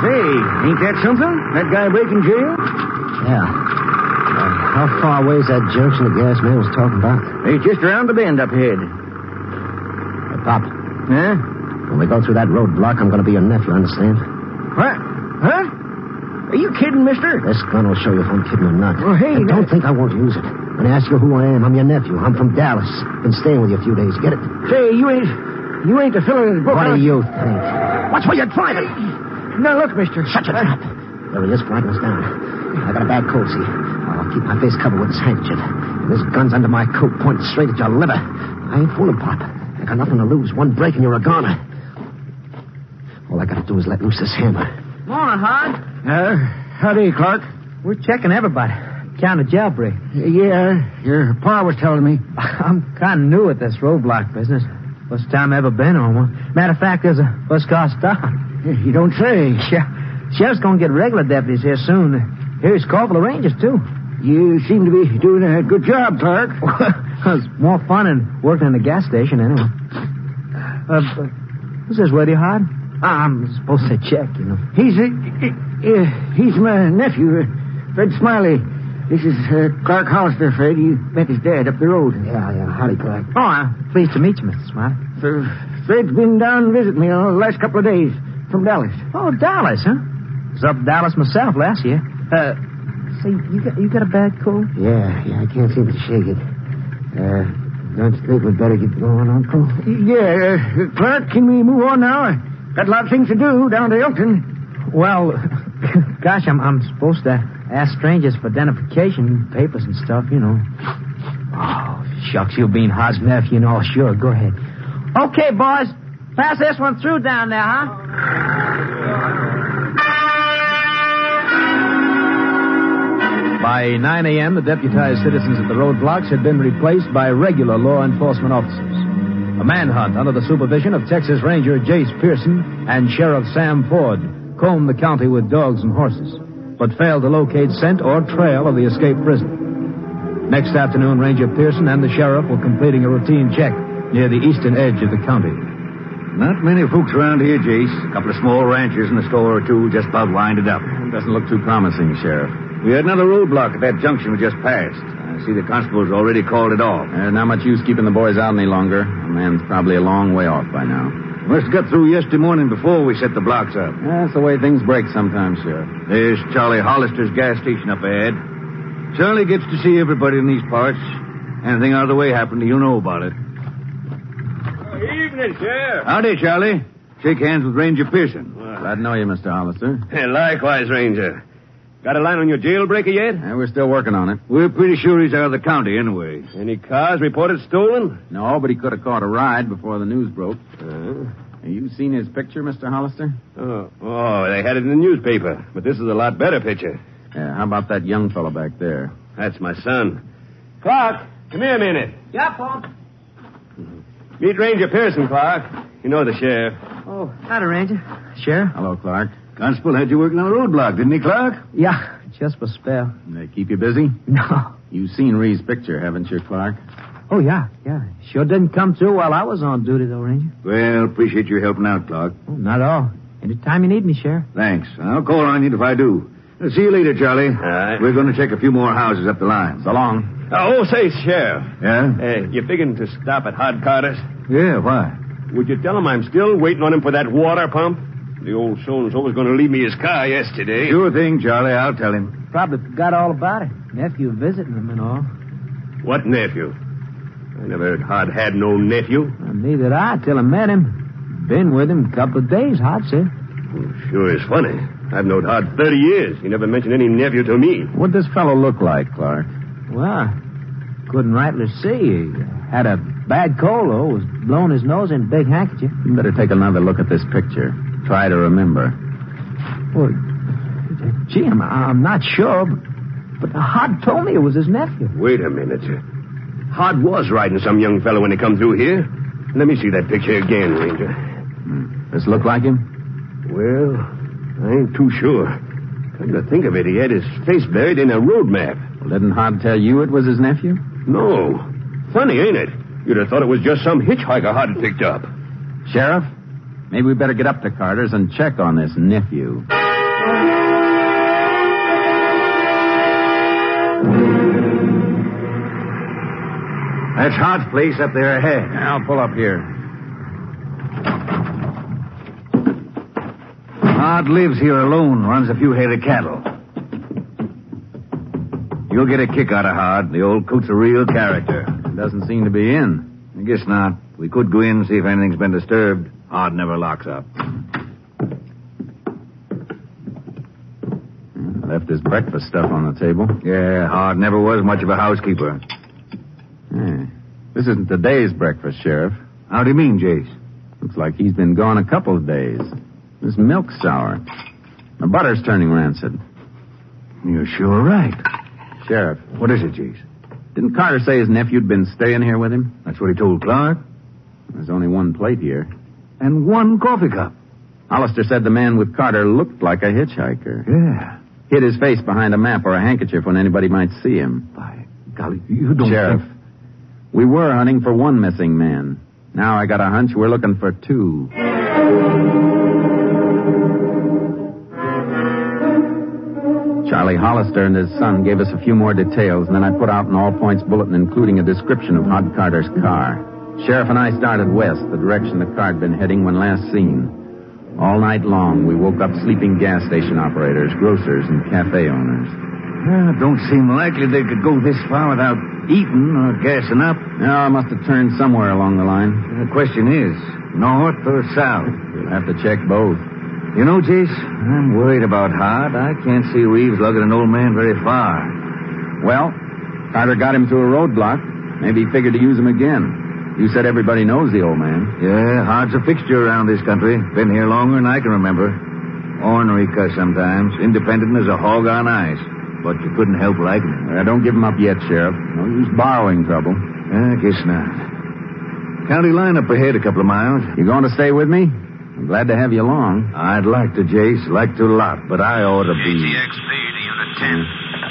[SPEAKER 15] Say, ain't that something? That guy breaking jail?
[SPEAKER 16] Yeah. Uh, how far away is that junction the gas man was talking about?
[SPEAKER 15] He's just around the bend up
[SPEAKER 16] Hey,
[SPEAKER 15] ahead.
[SPEAKER 16] Uh, Pop,
[SPEAKER 15] Huh?
[SPEAKER 16] when we go through that roadblock, I'm going to be your nephew, understand?
[SPEAKER 15] What? Huh? Are you kidding, mister?
[SPEAKER 16] This gun will show you if I'm kidding or not.
[SPEAKER 15] Well, hey,
[SPEAKER 16] And don't
[SPEAKER 15] that-
[SPEAKER 16] think I won't use it. When I ask you who I am, I'm your nephew. I'm from Dallas. Been staying with you a few days. Get it?
[SPEAKER 15] Say, you ain't. You ain't the fella that broke
[SPEAKER 16] What
[SPEAKER 15] out-
[SPEAKER 16] do you think? Watch where you're driving.
[SPEAKER 15] Now, look, mister. Shut your trap.
[SPEAKER 16] There he is, riding us down. I got a bad cold, see? I'll keep my face covered with this handkerchief. And this gun's under my coat, pointed straight at your liver. I ain't fooling, Pop. I got nothing to lose. One break and you're a goner. All I gotta do is let loose this hammer.
[SPEAKER 9] Morning, Hod.
[SPEAKER 16] Uh, howdy, Clark.
[SPEAKER 9] We're checking everybody. Counting the jailbreak.
[SPEAKER 16] Yeah, your pa was telling me.
[SPEAKER 9] I'm kind of new at this roadblock business. First time I ever been on one. Matter of fact, there's a first car stop. You don't say. Yeah. Sheriff's going to get regular deputies here soon. Here's call for the Rangers, too. You seem to be doing a good job, Clark. well, it's more fun than working in a gas station, anyway. Uh, who's this radio hard? I'm supposed to check, you know.
[SPEAKER 15] He's a, uh, he's my nephew, uh, Fred Smiley. This is uh, Clark Hollister, Fred. You met his dad up the road.
[SPEAKER 16] Yeah, yeah. Howdy, Clark.
[SPEAKER 9] Oh, I'm pleased to meet you, Mr. Smiley.
[SPEAKER 15] Uh, Fred's been down to visit me all the last couple of days from Dallas.
[SPEAKER 9] Oh, Dallas, huh? Was up in Dallas myself last year. Uh, see, you got, you got a bad cold?
[SPEAKER 16] Yeah, yeah, I can't seem to shake it. Uh, don't you think we'd better get going, Uncle?
[SPEAKER 15] Yeah, uh, Clark, can we move on now? Got a lot of things to do down to Elkton.
[SPEAKER 9] Well, gosh, I'm, I'm supposed to ask strangers for identification papers and stuff, you know. Oh, shucks, you being Hod's nephew and all. Sure, go ahead. Okay, boys. Pass this one through down there, huh?
[SPEAKER 2] By 9 a.m., the deputized citizens at the roadblocks had been replaced by regular law enforcement officers. A manhunt under the supervision of Texas Ranger Jace Pearson and Sheriff Sam Ford combed the county with dogs and horses, but failed to locate scent or trail of the escaped prisoner. Next afternoon, Ranger Pearson and the sheriff were completing a routine check near the eastern edge of the county.
[SPEAKER 3] Not many folks around here, Jace. A couple of small ranchers and a store or two just about winded up.
[SPEAKER 7] Doesn't look too promising, Sheriff.
[SPEAKER 3] We had another roadblock at that junction we just passed. I see the constable's already called it off.
[SPEAKER 7] There's not much use keeping the boys out any longer. A man's probably a long way off by now.
[SPEAKER 3] Must have got through yesterday morning before we set the blocks up.
[SPEAKER 7] That's the way things break sometimes, Sheriff.
[SPEAKER 3] There's Charlie Hollister's gas station up ahead. Charlie gets to see everybody in these parts. Anything out of the way happened, you know about it.
[SPEAKER 12] Evening, Sheriff.
[SPEAKER 3] Howdy, Charlie. Shake hands with Ranger Pearson.
[SPEAKER 7] Glad to know you, Mr. Hollister.
[SPEAKER 12] Hey, likewise, Ranger. Got a line on your jailbreaker yet?
[SPEAKER 7] Eh, we're still working on it.
[SPEAKER 3] We're pretty sure he's out of the county anyway.
[SPEAKER 12] Any cars reported stolen?
[SPEAKER 7] No, but he could have caught a ride before the news broke. Have you seen his picture, Mr. Hollister?
[SPEAKER 12] Uh-huh. Oh, oh, they had it in the newspaper. But this is a lot better picture.
[SPEAKER 7] Yeah, how about that young fellow back there?
[SPEAKER 12] That's my son. Clark, come here a minute.
[SPEAKER 9] Yeah, Bob.
[SPEAKER 12] Meet Ranger Pearson, Clark. You know the sheriff.
[SPEAKER 9] Oh, howdy, Ranger. Sheriff?
[SPEAKER 7] Hello, Clark.
[SPEAKER 3] Constable had you working on the roadblock, didn't he, Clark?
[SPEAKER 9] Yeah, just for spell.
[SPEAKER 7] They keep you busy?
[SPEAKER 9] No.
[SPEAKER 7] You've seen Ree's picture, haven't you, Clark?
[SPEAKER 9] Oh, yeah, yeah. Sure didn't come through while I was on duty, though, Ranger.
[SPEAKER 3] Well, appreciate your helping out, Clark.
[SPEAKER 9] Oh, not at all. Anytime you need me, Sheriff.
[SPEAKER 3] Thanks. I'll call on you if I do. See you later, Charlie. All
[SPEAKER 12] right.
[SPEAKER 3] We're going to check a few more houses up the line.
[SPEAKER 7] So long.
[SPEAKER 12] Oh, say, sheriff.
[SPEAKER 3] Yeah?
[SPEAKER 12] Hey, you figuring to stop at Hod Carter's?
[SPEAKER 3] Yeah, why?
[SPEAKER 12] Would you tell him I'm still waiting on him for that water pump? The old so-and-so was going to leave me his car yesterday.
[SPEAKER 3] Sure thing, Charlie. I'll tell him.
[SPEAKER 9] Probably forgot all about it. Nephew visiting him and all.
[SPEAKER 12] What nephew? I never heard Hod had no nephew.
[SPEAKER 9] Well, neither did I till I met him. Been with him a couple of days, Hod said.
[SPEAKER 12] Sure is funny. I've known Hod 30 years. He never mentioned any nephew to me.
[SPEAKER 7] What'd this fellow look like, Clark?
[SPEAKER 9] Well, couldn't rightly see. He had a bad cold, though. Was blowing his nose in a big handkerchief.
[SPEAKER 7] You better take another look at this picture. Try to remember.
[SPEAKER 9] Well, gee, I'm, I'm not sure, but, but Hod told me it was his nephew.
[SPEAKER 12] Wait a minute. Hod was riding some young fellow when he come through here. Let me see that picture again, Ranger.
[SPEAKER 7] Hmm. This look like him?
[SPEAKER 12] Well, I ain't too sure. Come to think of it, he had his face buried in a road map.
[SPEAKER 7] Well, didn't Hod tell you it was his nephew?
[SPEAKER 12] No. Funny, ain't it? You'd have thought it was just some hitchhiker Hart had picked up.
[SPEAKER 7] Sheriff, maybe we better get up to Carter's and check on this nephew.
[SPEAKER 16] That's Hart's place up there ahead.
[SPEAKER 7] I'll pull up here.
[SPEAKER 16] Hart lives here alone, runs a few head of cattle. You'll get a kick out of Hart. The old coot's a real character.
[SPEAKER 7] Doesn't seem to be in.
[SPEAKER 16] I guess not. We could go in and see if anything's been disturbed. Hart never locks up.
[SPEAKER 7] Left his breakfast stuff on the table.
[SPEAKER 16] Yeah, Hart never was much of a housekeeper.
[SPEAKER 7] Hmm. This isn't today's breakfast, Sheriff.
[SPEAKER 16] How do you mean, Jace?
[SPEAKER 7] Looks like he's been gone a couple of days. This milk's sour. The butter's turning rancid.
[SPEAKER 16] You're sure right.
[SPEAKER 7] Sheriff.
[SPEAKER 16] What is it, Jace?
[SPEAKER 7] Didn't Carter say his nephew'd been staying here with him?
[SPEAKER 16] That's what he told Clark.
[SPEAKER 7] There's only one plate here.
[SPEAKER 16] And one coffee cup.
[SPEAKER 7] Hollister said the man with Carter looked like a hitchhiker.
[SPEAKER 16] Yeah.
[SPEAKER 7] Hid his face behind a map or a handkerchief when anybody might see him.
[SPEAKER 16] By golly, you don't
[SPEAKER 7] Sheriff,
[SPEAKER 16] think-
[SPEAKER 7] we were hunting for one missing man. Now I got a hunch we're looking for two. Charlie Hollister and his son gave us a few more details, and then I put out an all points bulletin including a description of Hod Carter's car. Sheriff and I started west, the direction the car had been heading when last seen. All night long, we woke up sleeping gas station operators, grocers, and cafe owners.
[SPEAKER 16] Yeah, don't seem likely they could go this far without eating or gassing up. Um,
[SPEAKER 7] No, I must have turned somewhere along the line.
[SPEAKER 16] The question is, north or south?
[SPEAKER 7] We'll have to check both.
[SPEAKER 16] You know, Jace, I'm worried about Hart. I can't see Reeves lugging an old man very far.
[SPEAKER 7] Well, Carter got him through a roadblock. Maybe he figured to use him again. You said everybody knows the old man.
[SPEAKER 16] Yeah, Hart's a fixture around this country. Been here longer than I can remember. Ornery cuss sometimes, independent as a hog on ice. But you couldn't help liking him.
[SPEAKER 7] Uh, don't give him up yet, Sheriff. No use borrowing trouble.
[SPEAKER 16] I guess not. County line up ahead a couple of miles.
[SPEAKER 7] You going to stay with me? I'm glad to have you along.
[SPEAKER 16] I'd like to, Jace. Like to a lot, but I ought to be.
[SPEAKER 9] KTXP to Unit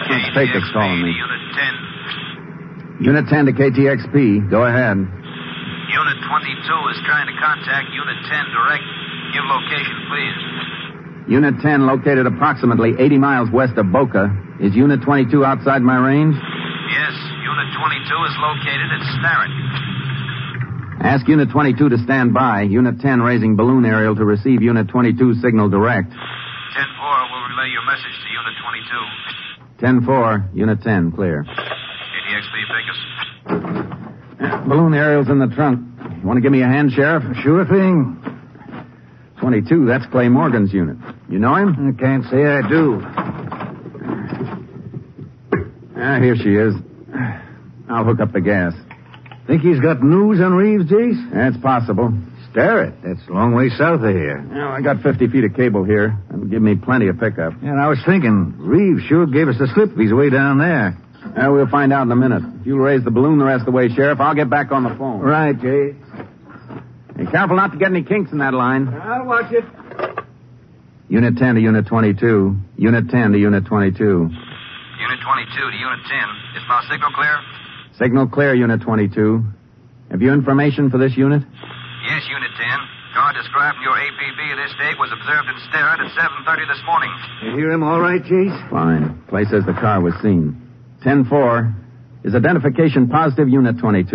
[SPEAKER 9] 10.
[SPEAKER 7] Can't fake it, calling me.
[SPEAKER 9] to Unit 10.
[SPEAKER 7] Unit 10 to KTXP. Go ahead.
[SPEAKER 9] Unit 22 is trying to contact Unit 10 direct. Give location, please.
[SPEAKER 7] Unit 10, located approximately 80 miles west of Boca. Is Unit 22 outside my range?
[SPEAKER 9] Yes, Unit 22 is located at Starrett.
[SPEAKER 7] Ask Unit 22 to stand by. Unit 10 raising balloon aerial to receive Unit 22 signal direct.
[SPEAKER 9] 10 4 will relay your message to Unit 22.
[SPEAKER 7] 10 4, Unit 10, clear.
[SPEAKER 9] KTXP Vegas.
[SPEAKER 7] Balloon aerial's in the trunk. You want to give me a hand, Sheriff?
[SPEAKER 16] Sure thing.
[SPEAKER 7] 22, that's Clay Morgan's unit. You know him?
[SPEAKER 16] I can't say I do.
[SPEAKER 7] Ah, here she is. I'll hook up the gas.
[SPEAKER 16] Think he's got news on Reeves, Jace?
[SPEAKER 7] That's possible.
[SPEAKER 16] Starrett. That's a long way south of here.
[SPEAKER 7] Well, I got 50 feet of cable here. That'll give me plenty of pickup.
[SPEAKER 16] And I was thinking, Reeves sure gave us the slip if he's way down there.
[SPEAKER 7] Uh, we'll find out in a minute. If you'll raise the balloon the rest of the way, Sheriff, I'll get back on the phone.
[SPEAKER 16] Right, Jay.
[SPEAKER 7] Be careful not to get any kinks in that line.
[SPEAKER 6] I'll watch it.
[SPEAKER 7] Unit 10 to Unit 22. Unit 10 to Unit 22.
[SPEAKER 9] Unit 22 to Unit 10. Is my signal clear?
[SPEAKER 7] Signal clear, Unit 22. Have you information for this unit?
[SPEAKER 9] Yes, Unit 10. Car described in your APB this date was observed in Starrett at 7.30 this morning.
[SPEAKER 16] You hear him all right, Jace?
[SPEAKER 7] Fine. Clay says the car was seen. 10 4. Is identification positive, Unit 22?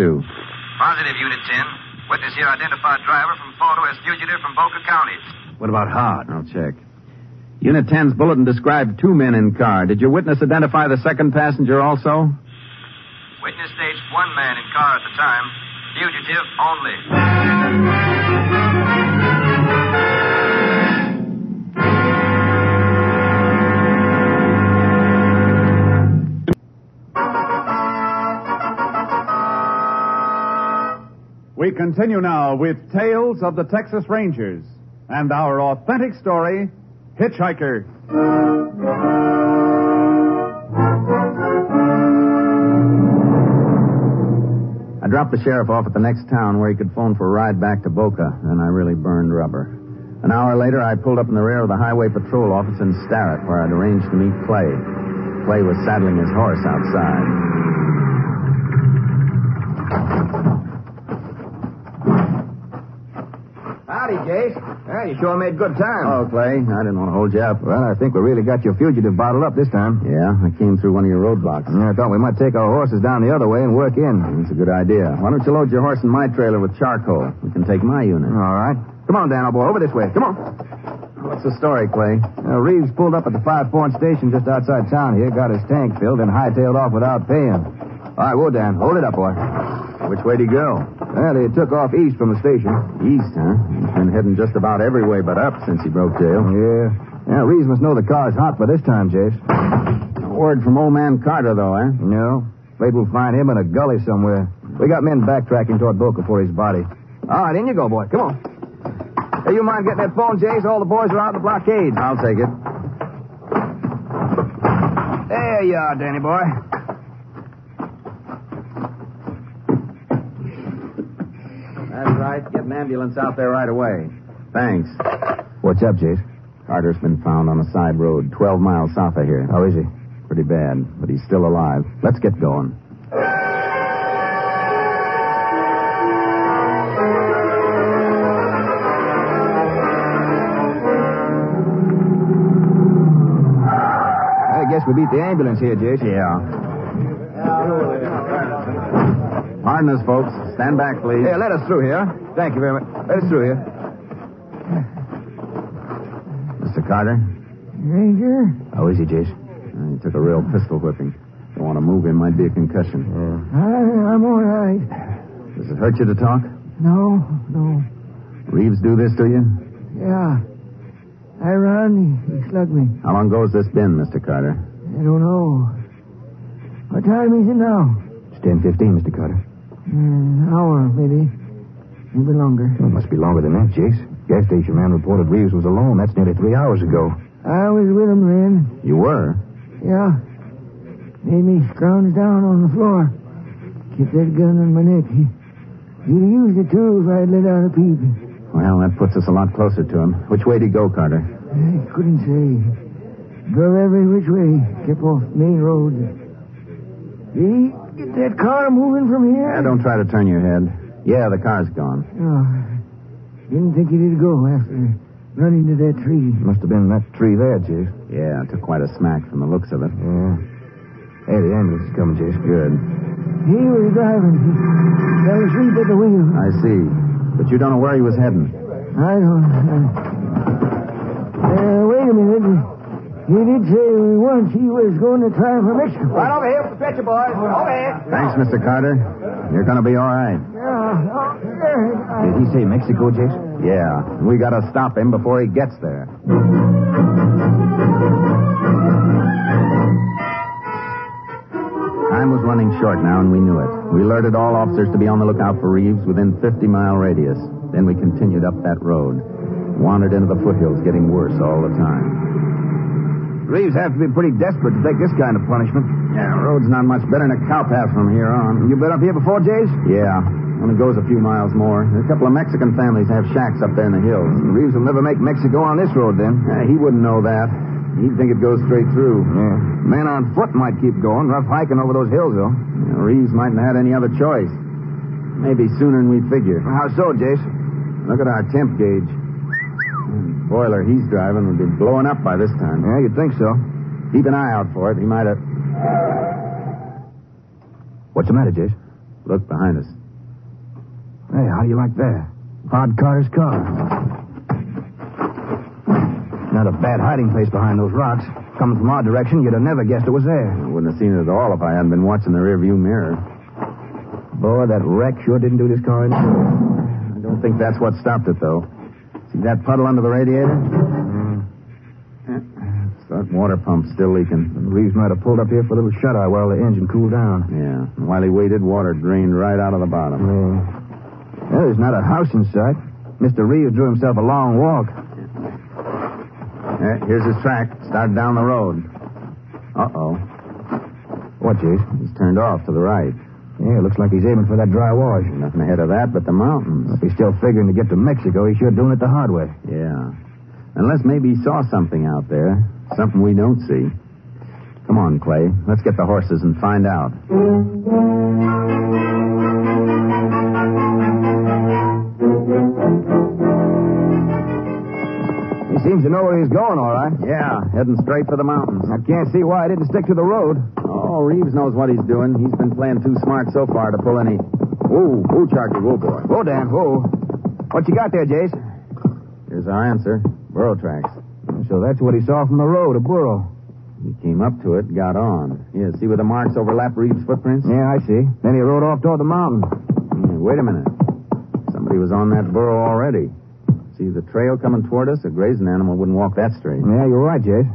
[SPEAKER 9] Positive, Unit 10. Witness here identified driver from photo as fugitive from Boca County.
[SPEAKER 16] What about Hart?
[SPEAKER 7] I'll check. Unit 10's bulletin described two men in car. Did your witness identify the second passenger also?
[SPEAKER 9] Witness states one man in car at the time. Fugitive only.
[SPEAKER 1] We continue now with Tales of the Texas Rangers and our authentic story, Hitchhiker.
[SPEAKER 7] I dropped the sheriff off at the next town where he could phone for a ride back to Boca, and I really burned rubber. An hour later, I pulled up in the rear of the highway patrol office in Starrett, where I'd arranged to meet Clay. Clay was saddling his horse outside.
[SPEAKER 4] Case. Well, you sure made good time.
[SPEAKER 7] Oh, Clay, I didn't want to hold you up.
[SPEAKER 3] Well, I think we really got your fugitive bottled up this time.
[SPEAKER 7] Yeah, I came through one of your roadblocks.
[SPEAKER 3] I thought we might take our horses down the other way and work in.
[SPEAKER 7] That's a good idea. Why don't you load your horse in my trailer with charcoal? We can take my unit.
[SPEAKER 3] All right. Come on, Dan, old boy. Over this way. Come on.
[SPEAKER 7] What's the story, Clay?
[SPEAKER 3] Uh, Reeves pulled up at the Five Point Station just outside town here, got his tank filled, and hightailed off without paying. All right, whoa, Dan. Hold it up, boy.
[SPEAKER 7] Which way did he go?
[SPEAKER 3] Well, he took off east from the station.
[SPEAKER 7] East, huh? He's been heading just about every way but up since he broke jail.
[SPEAKER 3] Yeah. Yeah, Reeves must know the car's hot by this time, Jase.
[SPEAKER 7] No word from old man Carter, though, eh?
[SPEAKER 3] No. Maybe we'll find him in a gully somewhere. We got men backtracking toward Boca for his body. All right, in you go, boy. Come on. Hey, you mind getting that phone, Jase? All the boys are out in the blockade.
[SPEAKER 7] I'll take it.
[SPEAKER 4] There you are, Danny boy.
[SPEAKER 7] That's right. Get an ambulance out there right away. Thanks.
[SPEAKER 3] What's up, Jase?
[SPEAKER 7] Carter's been found on a side road 12 miles south of here.
[SPEAKER 3] How is he?
[SPEAKER 7] Pretty bad, but he's still alive. Let's get going.
[SPEAKER 3] we beat the ambulance here, Jase.
[SPEAKER 7] Yeah. Pardon us, folks. Stand back, please.
[SPEAKER 3] Hey, let us through here. Thank you very much. Let us through here.
[SPEAKER 7] Mr. Carter?
[SPEAKER 17] Ranger?
[SPEAKER 7] How is he, Jase? He took a real pistol whipping. Don't want to move him. Might be a concussion.
[SPEAKER 3] Oh.
[SPEAKER 17] Yeah. I, I'm all right.
[SPEAKER 7] Does it hurt you to talk?
[SPEAKER 17] No, no.
[SPEAKER 7] Reeves do this to you?
[SPEAKER 17] Yeah. I run. He slugged me.
[SPEAKER 7] How long ago's this been, Mr. Carter?
[SPEAKER 17] I don't know. What time is it now?
[SPEAKER 7] It's ten fifteen, Mr. Carter.
[SPEAKER 17] An hour, maybe. Maybe longer.
[SPEAKER 3] Well, it must be longer than that, Chase. Gas station man reported Reeves was alone. That's nearly three hours ago.
[SPEAKER 17] I was with him then.
[SPEAKER 7] You were?
[SPEAKER 17] Yeah. Made me scrounge down on the floor. Kept that gun on my neck. He, he'd have used it too if I'd let out a peep.
[SPEAKER 7] Well, that puts us a lot closer to him. Which way did he go, Carter?
[SPEAKER 17] I couldn't say. Drove every which way. Kept off main road. See? Get that car moving from here?
[SPEAKER 7] Yeah, don't try to turn your head. Yeah, the car's gone.
[SPEAKER 17] Oh. Didn't think it'd go after running to that tree.
[SPEAKER 3] Must have been that tree there, Jase.
[SPEAKER 7] Yeah, it took quite a smack from the looks of it.
[SPEAKER 3] Yeah. Hey, the ambulance is coming, Jase.
[SPEAKER 7] Good.
[SPEAKER 17] He was driving. He fell asleep at the wheel.
[SPEAKER 7] I see. But you don't know where he was heading.
[SPEAKER 17] I don't. Uh, wait a minute. He did say once he was going to try for Mexico.
[SPEAKER 4] Right over here with the stretcher, boys. Over here.
[SPEAKER 7] Thanks, Mr. Carter. You're going to be all right.
[SPEAKER 17] Yeah.
[SPEAKER 3] Did he say Mexico, Chase?
[SPEAKER 7] Yeah. We got to stop him before he gets there. Time was running short now, and we knew it. We alerted all officers to be on the lookout for Reeves within 50 mile radius. Then we continued up that road. Wandered into the foothills, getting worse all the time.
[SPEAKER 3] Reeves have to be pretty desperate to take this kind of punishment.
[SPEAKER 7] Yeah, road's not much better than a cow path from here on.
[SPEAKER 3] You been up here before, Jase?
[SPEAKER 7] Yeah. Only goes a few miles more. A couple of Mexican families have shacks up there in the hills.
[SPEAKER 3] Reeves will never make Mexico on this road, then.
[SPEAKER 7] Yeah, Eh, he wouldn't know that. He'd think it goes straight through.
[SPEAKER 3] Yeah. Man on foot might keep going. Rough hiking over those hills, though.
[SPEAKER 7] Yeah, Reeves mightn't have had any other choice. Maybe sooner than we figure.
[SPEAKER 3] How so, Jase?
[SPEAKER 7] Look at our temp gauge boiler he's driving would be blowing up by this time.
[SPEAKER 3] Yeah, you'd think so.
[SPEAKER 7] Keep an eye out for it. He might have.
[SPEAKER 3] What's the matter, Jase?
[SPEAKER 7] Look behind us.
[SPEAKER 3] Hey, how do you like that? Odd Carter's car. Not a bad hiding place behind those rocks. Coming from our direction, you'd have never guessed it was there.
[SPEAKER 7] I wouldn't have seen it at all if I hadn't been watching the rearview mirror.
[SPEAKER 3] Boy, that wreck sure didn't do this car any good.
[SPEAKER 7] I don't think that's what stopped it, though. See that puddle under the radiator? Mm. It's that water pump still leaking.
[SPEAKER 3] Reeves might have pulled up here for a little shut eye while the engine cooled down.
[SPEAKER 7] Yeah. And while he waited, water drained right out of the bottom.
[SPEAKER 3] Mm. Well, there's not a house in sight. Mr. Reeves drew himself a long walk.
[SPEAKER 7] Yeah, here's his track. Start down the road. Uh oh.
[SPEAKER 3] What, Jase?
[SPEAKER 7] He's turned off to the right.
[SPEAKER 3] Yeah, looks like he's aiming for that dry wash.
[SPEAKER 7] Nothing ahead of that but the mountains.
[SPEAKER 3] If he's still figuring to get to Mexico, he's sure doing it the hard way.
[SPEAKER 7] Yeah. Unless maybe he saw something out there. Something we don't see. Come on, Clay. Let's get the horses and find out.
[SPEAKER 4] seems to know where he's going, all right.
[SPEAKER 7] Yeah, heading straight for the mountains.
[SPEAKER 4] I can't see why I didn't stick to the road.
[SPEAKER 7] Oh, Reeves knows what he's doing. He's been playing too smart so far to pull any. Whoa, whoa, Charlie, whoa, boy.
[SPEAKER 4] Whoa, Dan, whoa. What you got there, Jace?
[SPEAKER 7] Here's our answer burro tracks.
[SPEAKER 4] So that's what he saw from the road, a burro.
[SPEAKER 7] He came up to it, got on. Yeah, see where the marks overlap Reeves' footprints?
[SPEAKER 4] Yeah, I see. Then he rode off toward the mountain.
[SPEAKER 7] Yeah, wait a minute. Somebody was on that burro already. See the trail coming toward us? A grazing animal wouldn't walk that straight.
[SPEAKER 4] Yeah, you're right, Jace.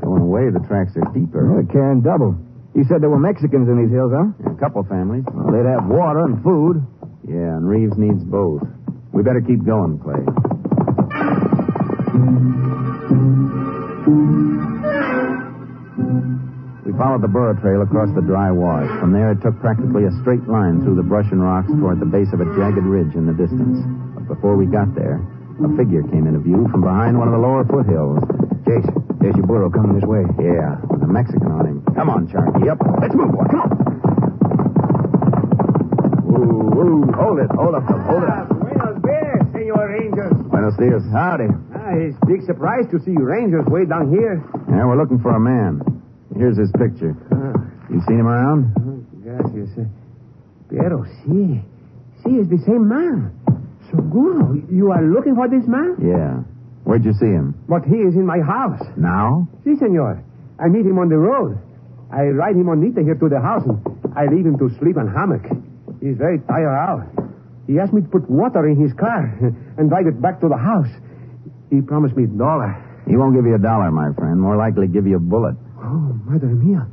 [SPEAKER 7] Going away, the tracks are deeper.
[SPEAKER 4] Yeah, carrying double. You said there were Mexicans in these hills, huh?
[SPEAKER 7] Yeah, a couple families.
[SPEAKER 4] Well, they'd have water and food.
[SPEAKER 7] Yeah, and Reeves needs both. We better keep going, Clay. We followed the burro trail across the dry wash. From there, it took practically a straight line through the brush and rocks toward the base of a jagged ridge in the distance. But before we got there, a figure came into view from behind one of the lower foothills.
[SPEAKER 4] Jace, there's your burro coming this way.
[SPEAKER 7] Yeah, with a Mexican on him. Come on, Sharky. Yep. Let's move, boy. Come on. Ooh, ooh. Hold it. Hold up. Hold it up.
[SPEAKER 18] Buenos dias, senor rangers.
[SPEAKER 7] Buenos dias.
[SPEAKER 4] Howdy.
[SPEAKER 18] Ah, it's big surprise to see you rangers way down here.
[SPEAKER 7] Yeah, we're looking for a man. Here's his picture.
[SPEAKER 18] Ah.
[SPEAKER 7] You seen him around?
[SPEAKER 18] Oh, gracias. Pero sí. Sí, it's the same man. Seguro. You are looking for this man?
[SPEAKER 7] Yeah. Where'd you see him?
[SPEAKER 18] But he is in my house.
[SPEAKER 7] Now?
[SPEAKER 18] Si, senor. I meet him on the road. I ride him on Nita here to the house, and I leave him to sleep on hammock. He's very tired out. He asked me to put water in his car and drive it back to the house. He promised me a dollar.
[SPEAKER 7] He won't give you a dollar, my friend. More likely give you a bullet.
[SPEAKER 18] Oh, madre mia.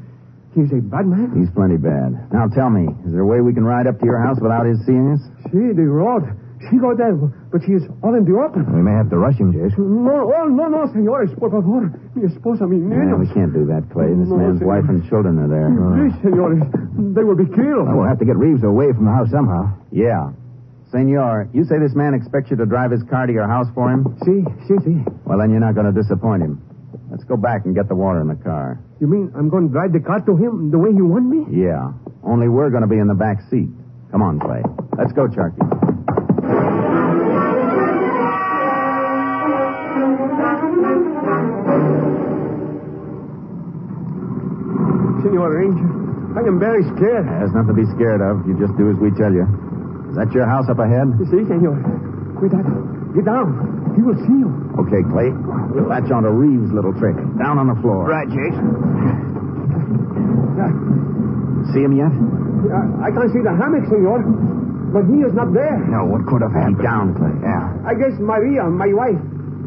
[SPEAKER 18] He's a bad man?
[SPEAKER 7] He's plenty bad. Now tell me, is there a way we can ride up to your house without his seeing us?
[SPEAKER 18] See, the road. She got there, but she is all in the open.
[SPEAKER 4] We may have to rush him, Jason.
[SPEAKER 18] No, oh, no, no, senores, por favor. Mi esposa, mi
[SPEAKER 7] Yeah,
[SPEAKER 18] niño.
[SPEAKER 7] we can't do that, Clay. This
[SPEAKER 18] No,
[SPEAKER 7] man's
[SPEAKER 18] senor.
[SPEAKER 7] wife and children are there.
[SPEAKER 18] Please, senores, they will be killed.
[SPEAKER 4] Well, we'll have to get Reeves away from the house somehow.
[SPEAKER 7] Yeah. Senor, you say this man expects you to drive his car to your house for him?
[SPEAKER 18] See, see, see.
[SPEAKER 7] Well, then you're not going to disappoint him. Let's go back and get the water in the car.
[SPEAKER 18] You mean I'm going to drive the car to him the way you want me?
[SPEAKER 7] Yeah. Only we're going to be in the back seat. Come on, Clay. Let's go, Charky.
[SPEAKER 18] Senor Ranger, I am very scared.
[SPEAKER 7] There's nothing to be scared of. You just do as we tell you. Is that your house up ahead?
[SPEAKER 18] See, senor. Cuidado. Get down. He will see you.
[SPEAKER 7] Okay, Clay. We'll latch onto Reeves' little trick. Down on the floor.
[SPEAKER 4] Right, Jason.
[SPEAKER 7] See him yet?
[SPEAKER 18] I, I can't see the hammock, senor. But he is not there.
[SPEAKER 4] No, what could have happened?
[SPEAKER 7] Down, Clay.
[SPEAKER 4] Yeah.
[SPEAKER 18] I guess Maria, my wife,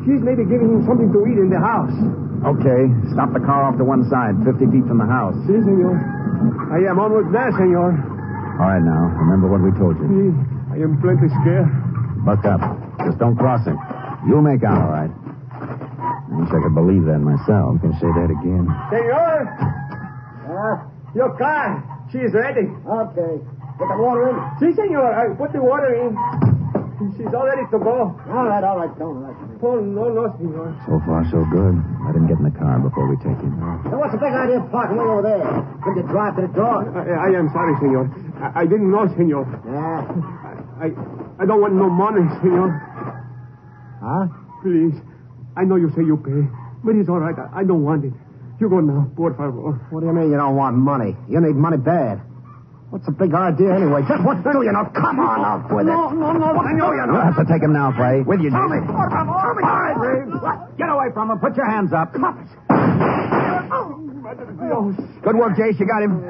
[SPEAKER 18] she's maybe giving him something to eat in the house.
[SPEAKER 7] Okay. Stop the car off to one side, 50 feet from the house.
[SPEAKER 18] See, senor. I am almost there, senor.
[SPEAKER 7] All right, now. Remember what we told you.
[SPEAKER 18] See, I am plenty scared.
[SPEAKER 7] Buck up. Just don't cross him. You'll make out all right. I wish I could believe that myself. You can say that again.
[SPEAKER 18] Senor! Your car. She is ready.
[SPEAKER 16] Okay. Get the water in.
[SPEAKER 18] See, senor, I put the water in. She's all ready to go.
[SPEAKER 16] All right, all right. Don't rush me.
[SPEAKER 18] Oh, no, no, senor.
[SPEAKER 7] So far, so good. Let him get in the car before we take him.
[SPEAKER 16] Now, what's the big idea of parking way over there? Could you drive to the door?
[SPEAKER 18] I, I am sorry, senor. I, I didn't know, senor.
[SPEAKER 16] Yeah.
[SPEAKER 18] I, I don't want no money, senor.
[SPEAKER 16] Huh?
[SPEAKER 18] Please. I know you say you pay, but it's all right. I, I don't want it. You go now, por favor.
[SPEAKER 16] What do you mean you don't want money? You need money bad. What's the big idea anyway? Just what do you know? Come on out with it.
[SPEAKER 18] no, no,
[SPEAKER 16] What do you
[SPEAKER 7] We'll
[SPEAKER 16] know?
[SPEAKER 7] have to take him now, Clay. With you,
[SPEAKER 16] Tell
[SPEAKER 7] Jason.
[SPEAKER 16] me. Tell me. All right, Reeves.
[SPEAKER 7] Get away from him. Put your hands up.
[SPEAKER 18] Oh,
[SPEAKER 7] Good work, Jace. You got him.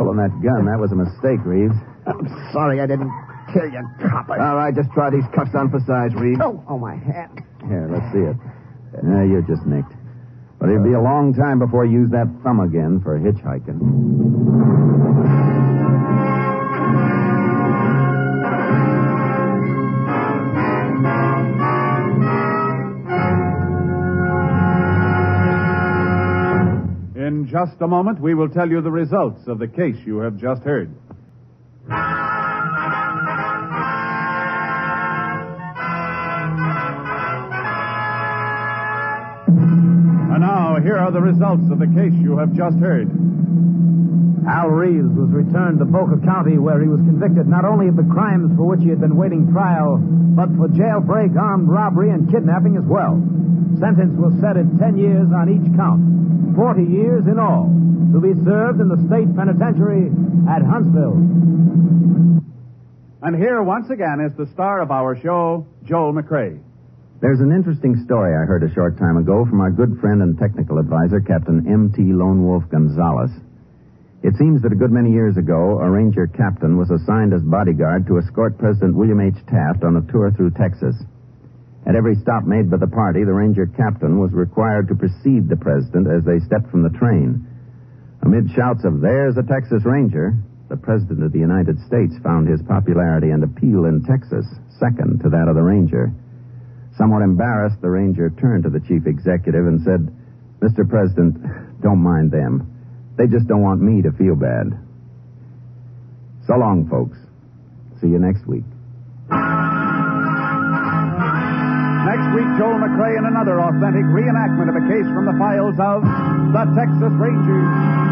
[SPEAKER 7] Pulling that gun, that was a mistake, Reeves.
[SPEAKER 16] I'm sorry I didn't kill you, copper.
[SPEAKER 7] All right, just try these cuffs on for size, Reeves.
[SPEAKER 16] oh, oh, my hat.
[SPEAKER 7] Here, let's see it. No, you're just nicked. But it'll be a long time before you use that thumb again for hitchhiking.
[SPEAKER 1] In just a moment, we will tell you the results of the case you have just heard. And now, here are the results of the case you have just heard.
[SPEAKER 2] Al Reeves was returned to Boca County, where he was convicted not only of the crimes for which he had been waiting trial, but for jailbreak, armed robbery, and kidnapping as well. Sentence was set at 10 years on each count, 40 years in all, to be served in the state penitentiary at Huntsville.
[SPEAKER 1] And here once again is the star of our show, Joel McRae.
[SPEAKER 7] There's an interesting story I heard a short time ago from our good friend and technical advisor, Captain M.T. Lone Wolf Gonzalez. It seems that a good many years ago, a ranger captain was assigned as bodyguard to escort President William H. Taft on a tour through Texas. At every stop made by the party, the ranger captain was required to precede the president as they stepped from the train. Amid shouts of, There's a Texas Ranger, the president of the United States found his popularity and appeal in Texas second to that of the ranger. Somewhat embarrassed, the ranger turned to the chief executive and said, Mr. President, don't mind them. They just don't want me to feel bad. So long, folks. See you next week.
[SPEAKER 1] Next week, Joel McRae in another authentic reenactment of a case from the files of the Texas Rangers.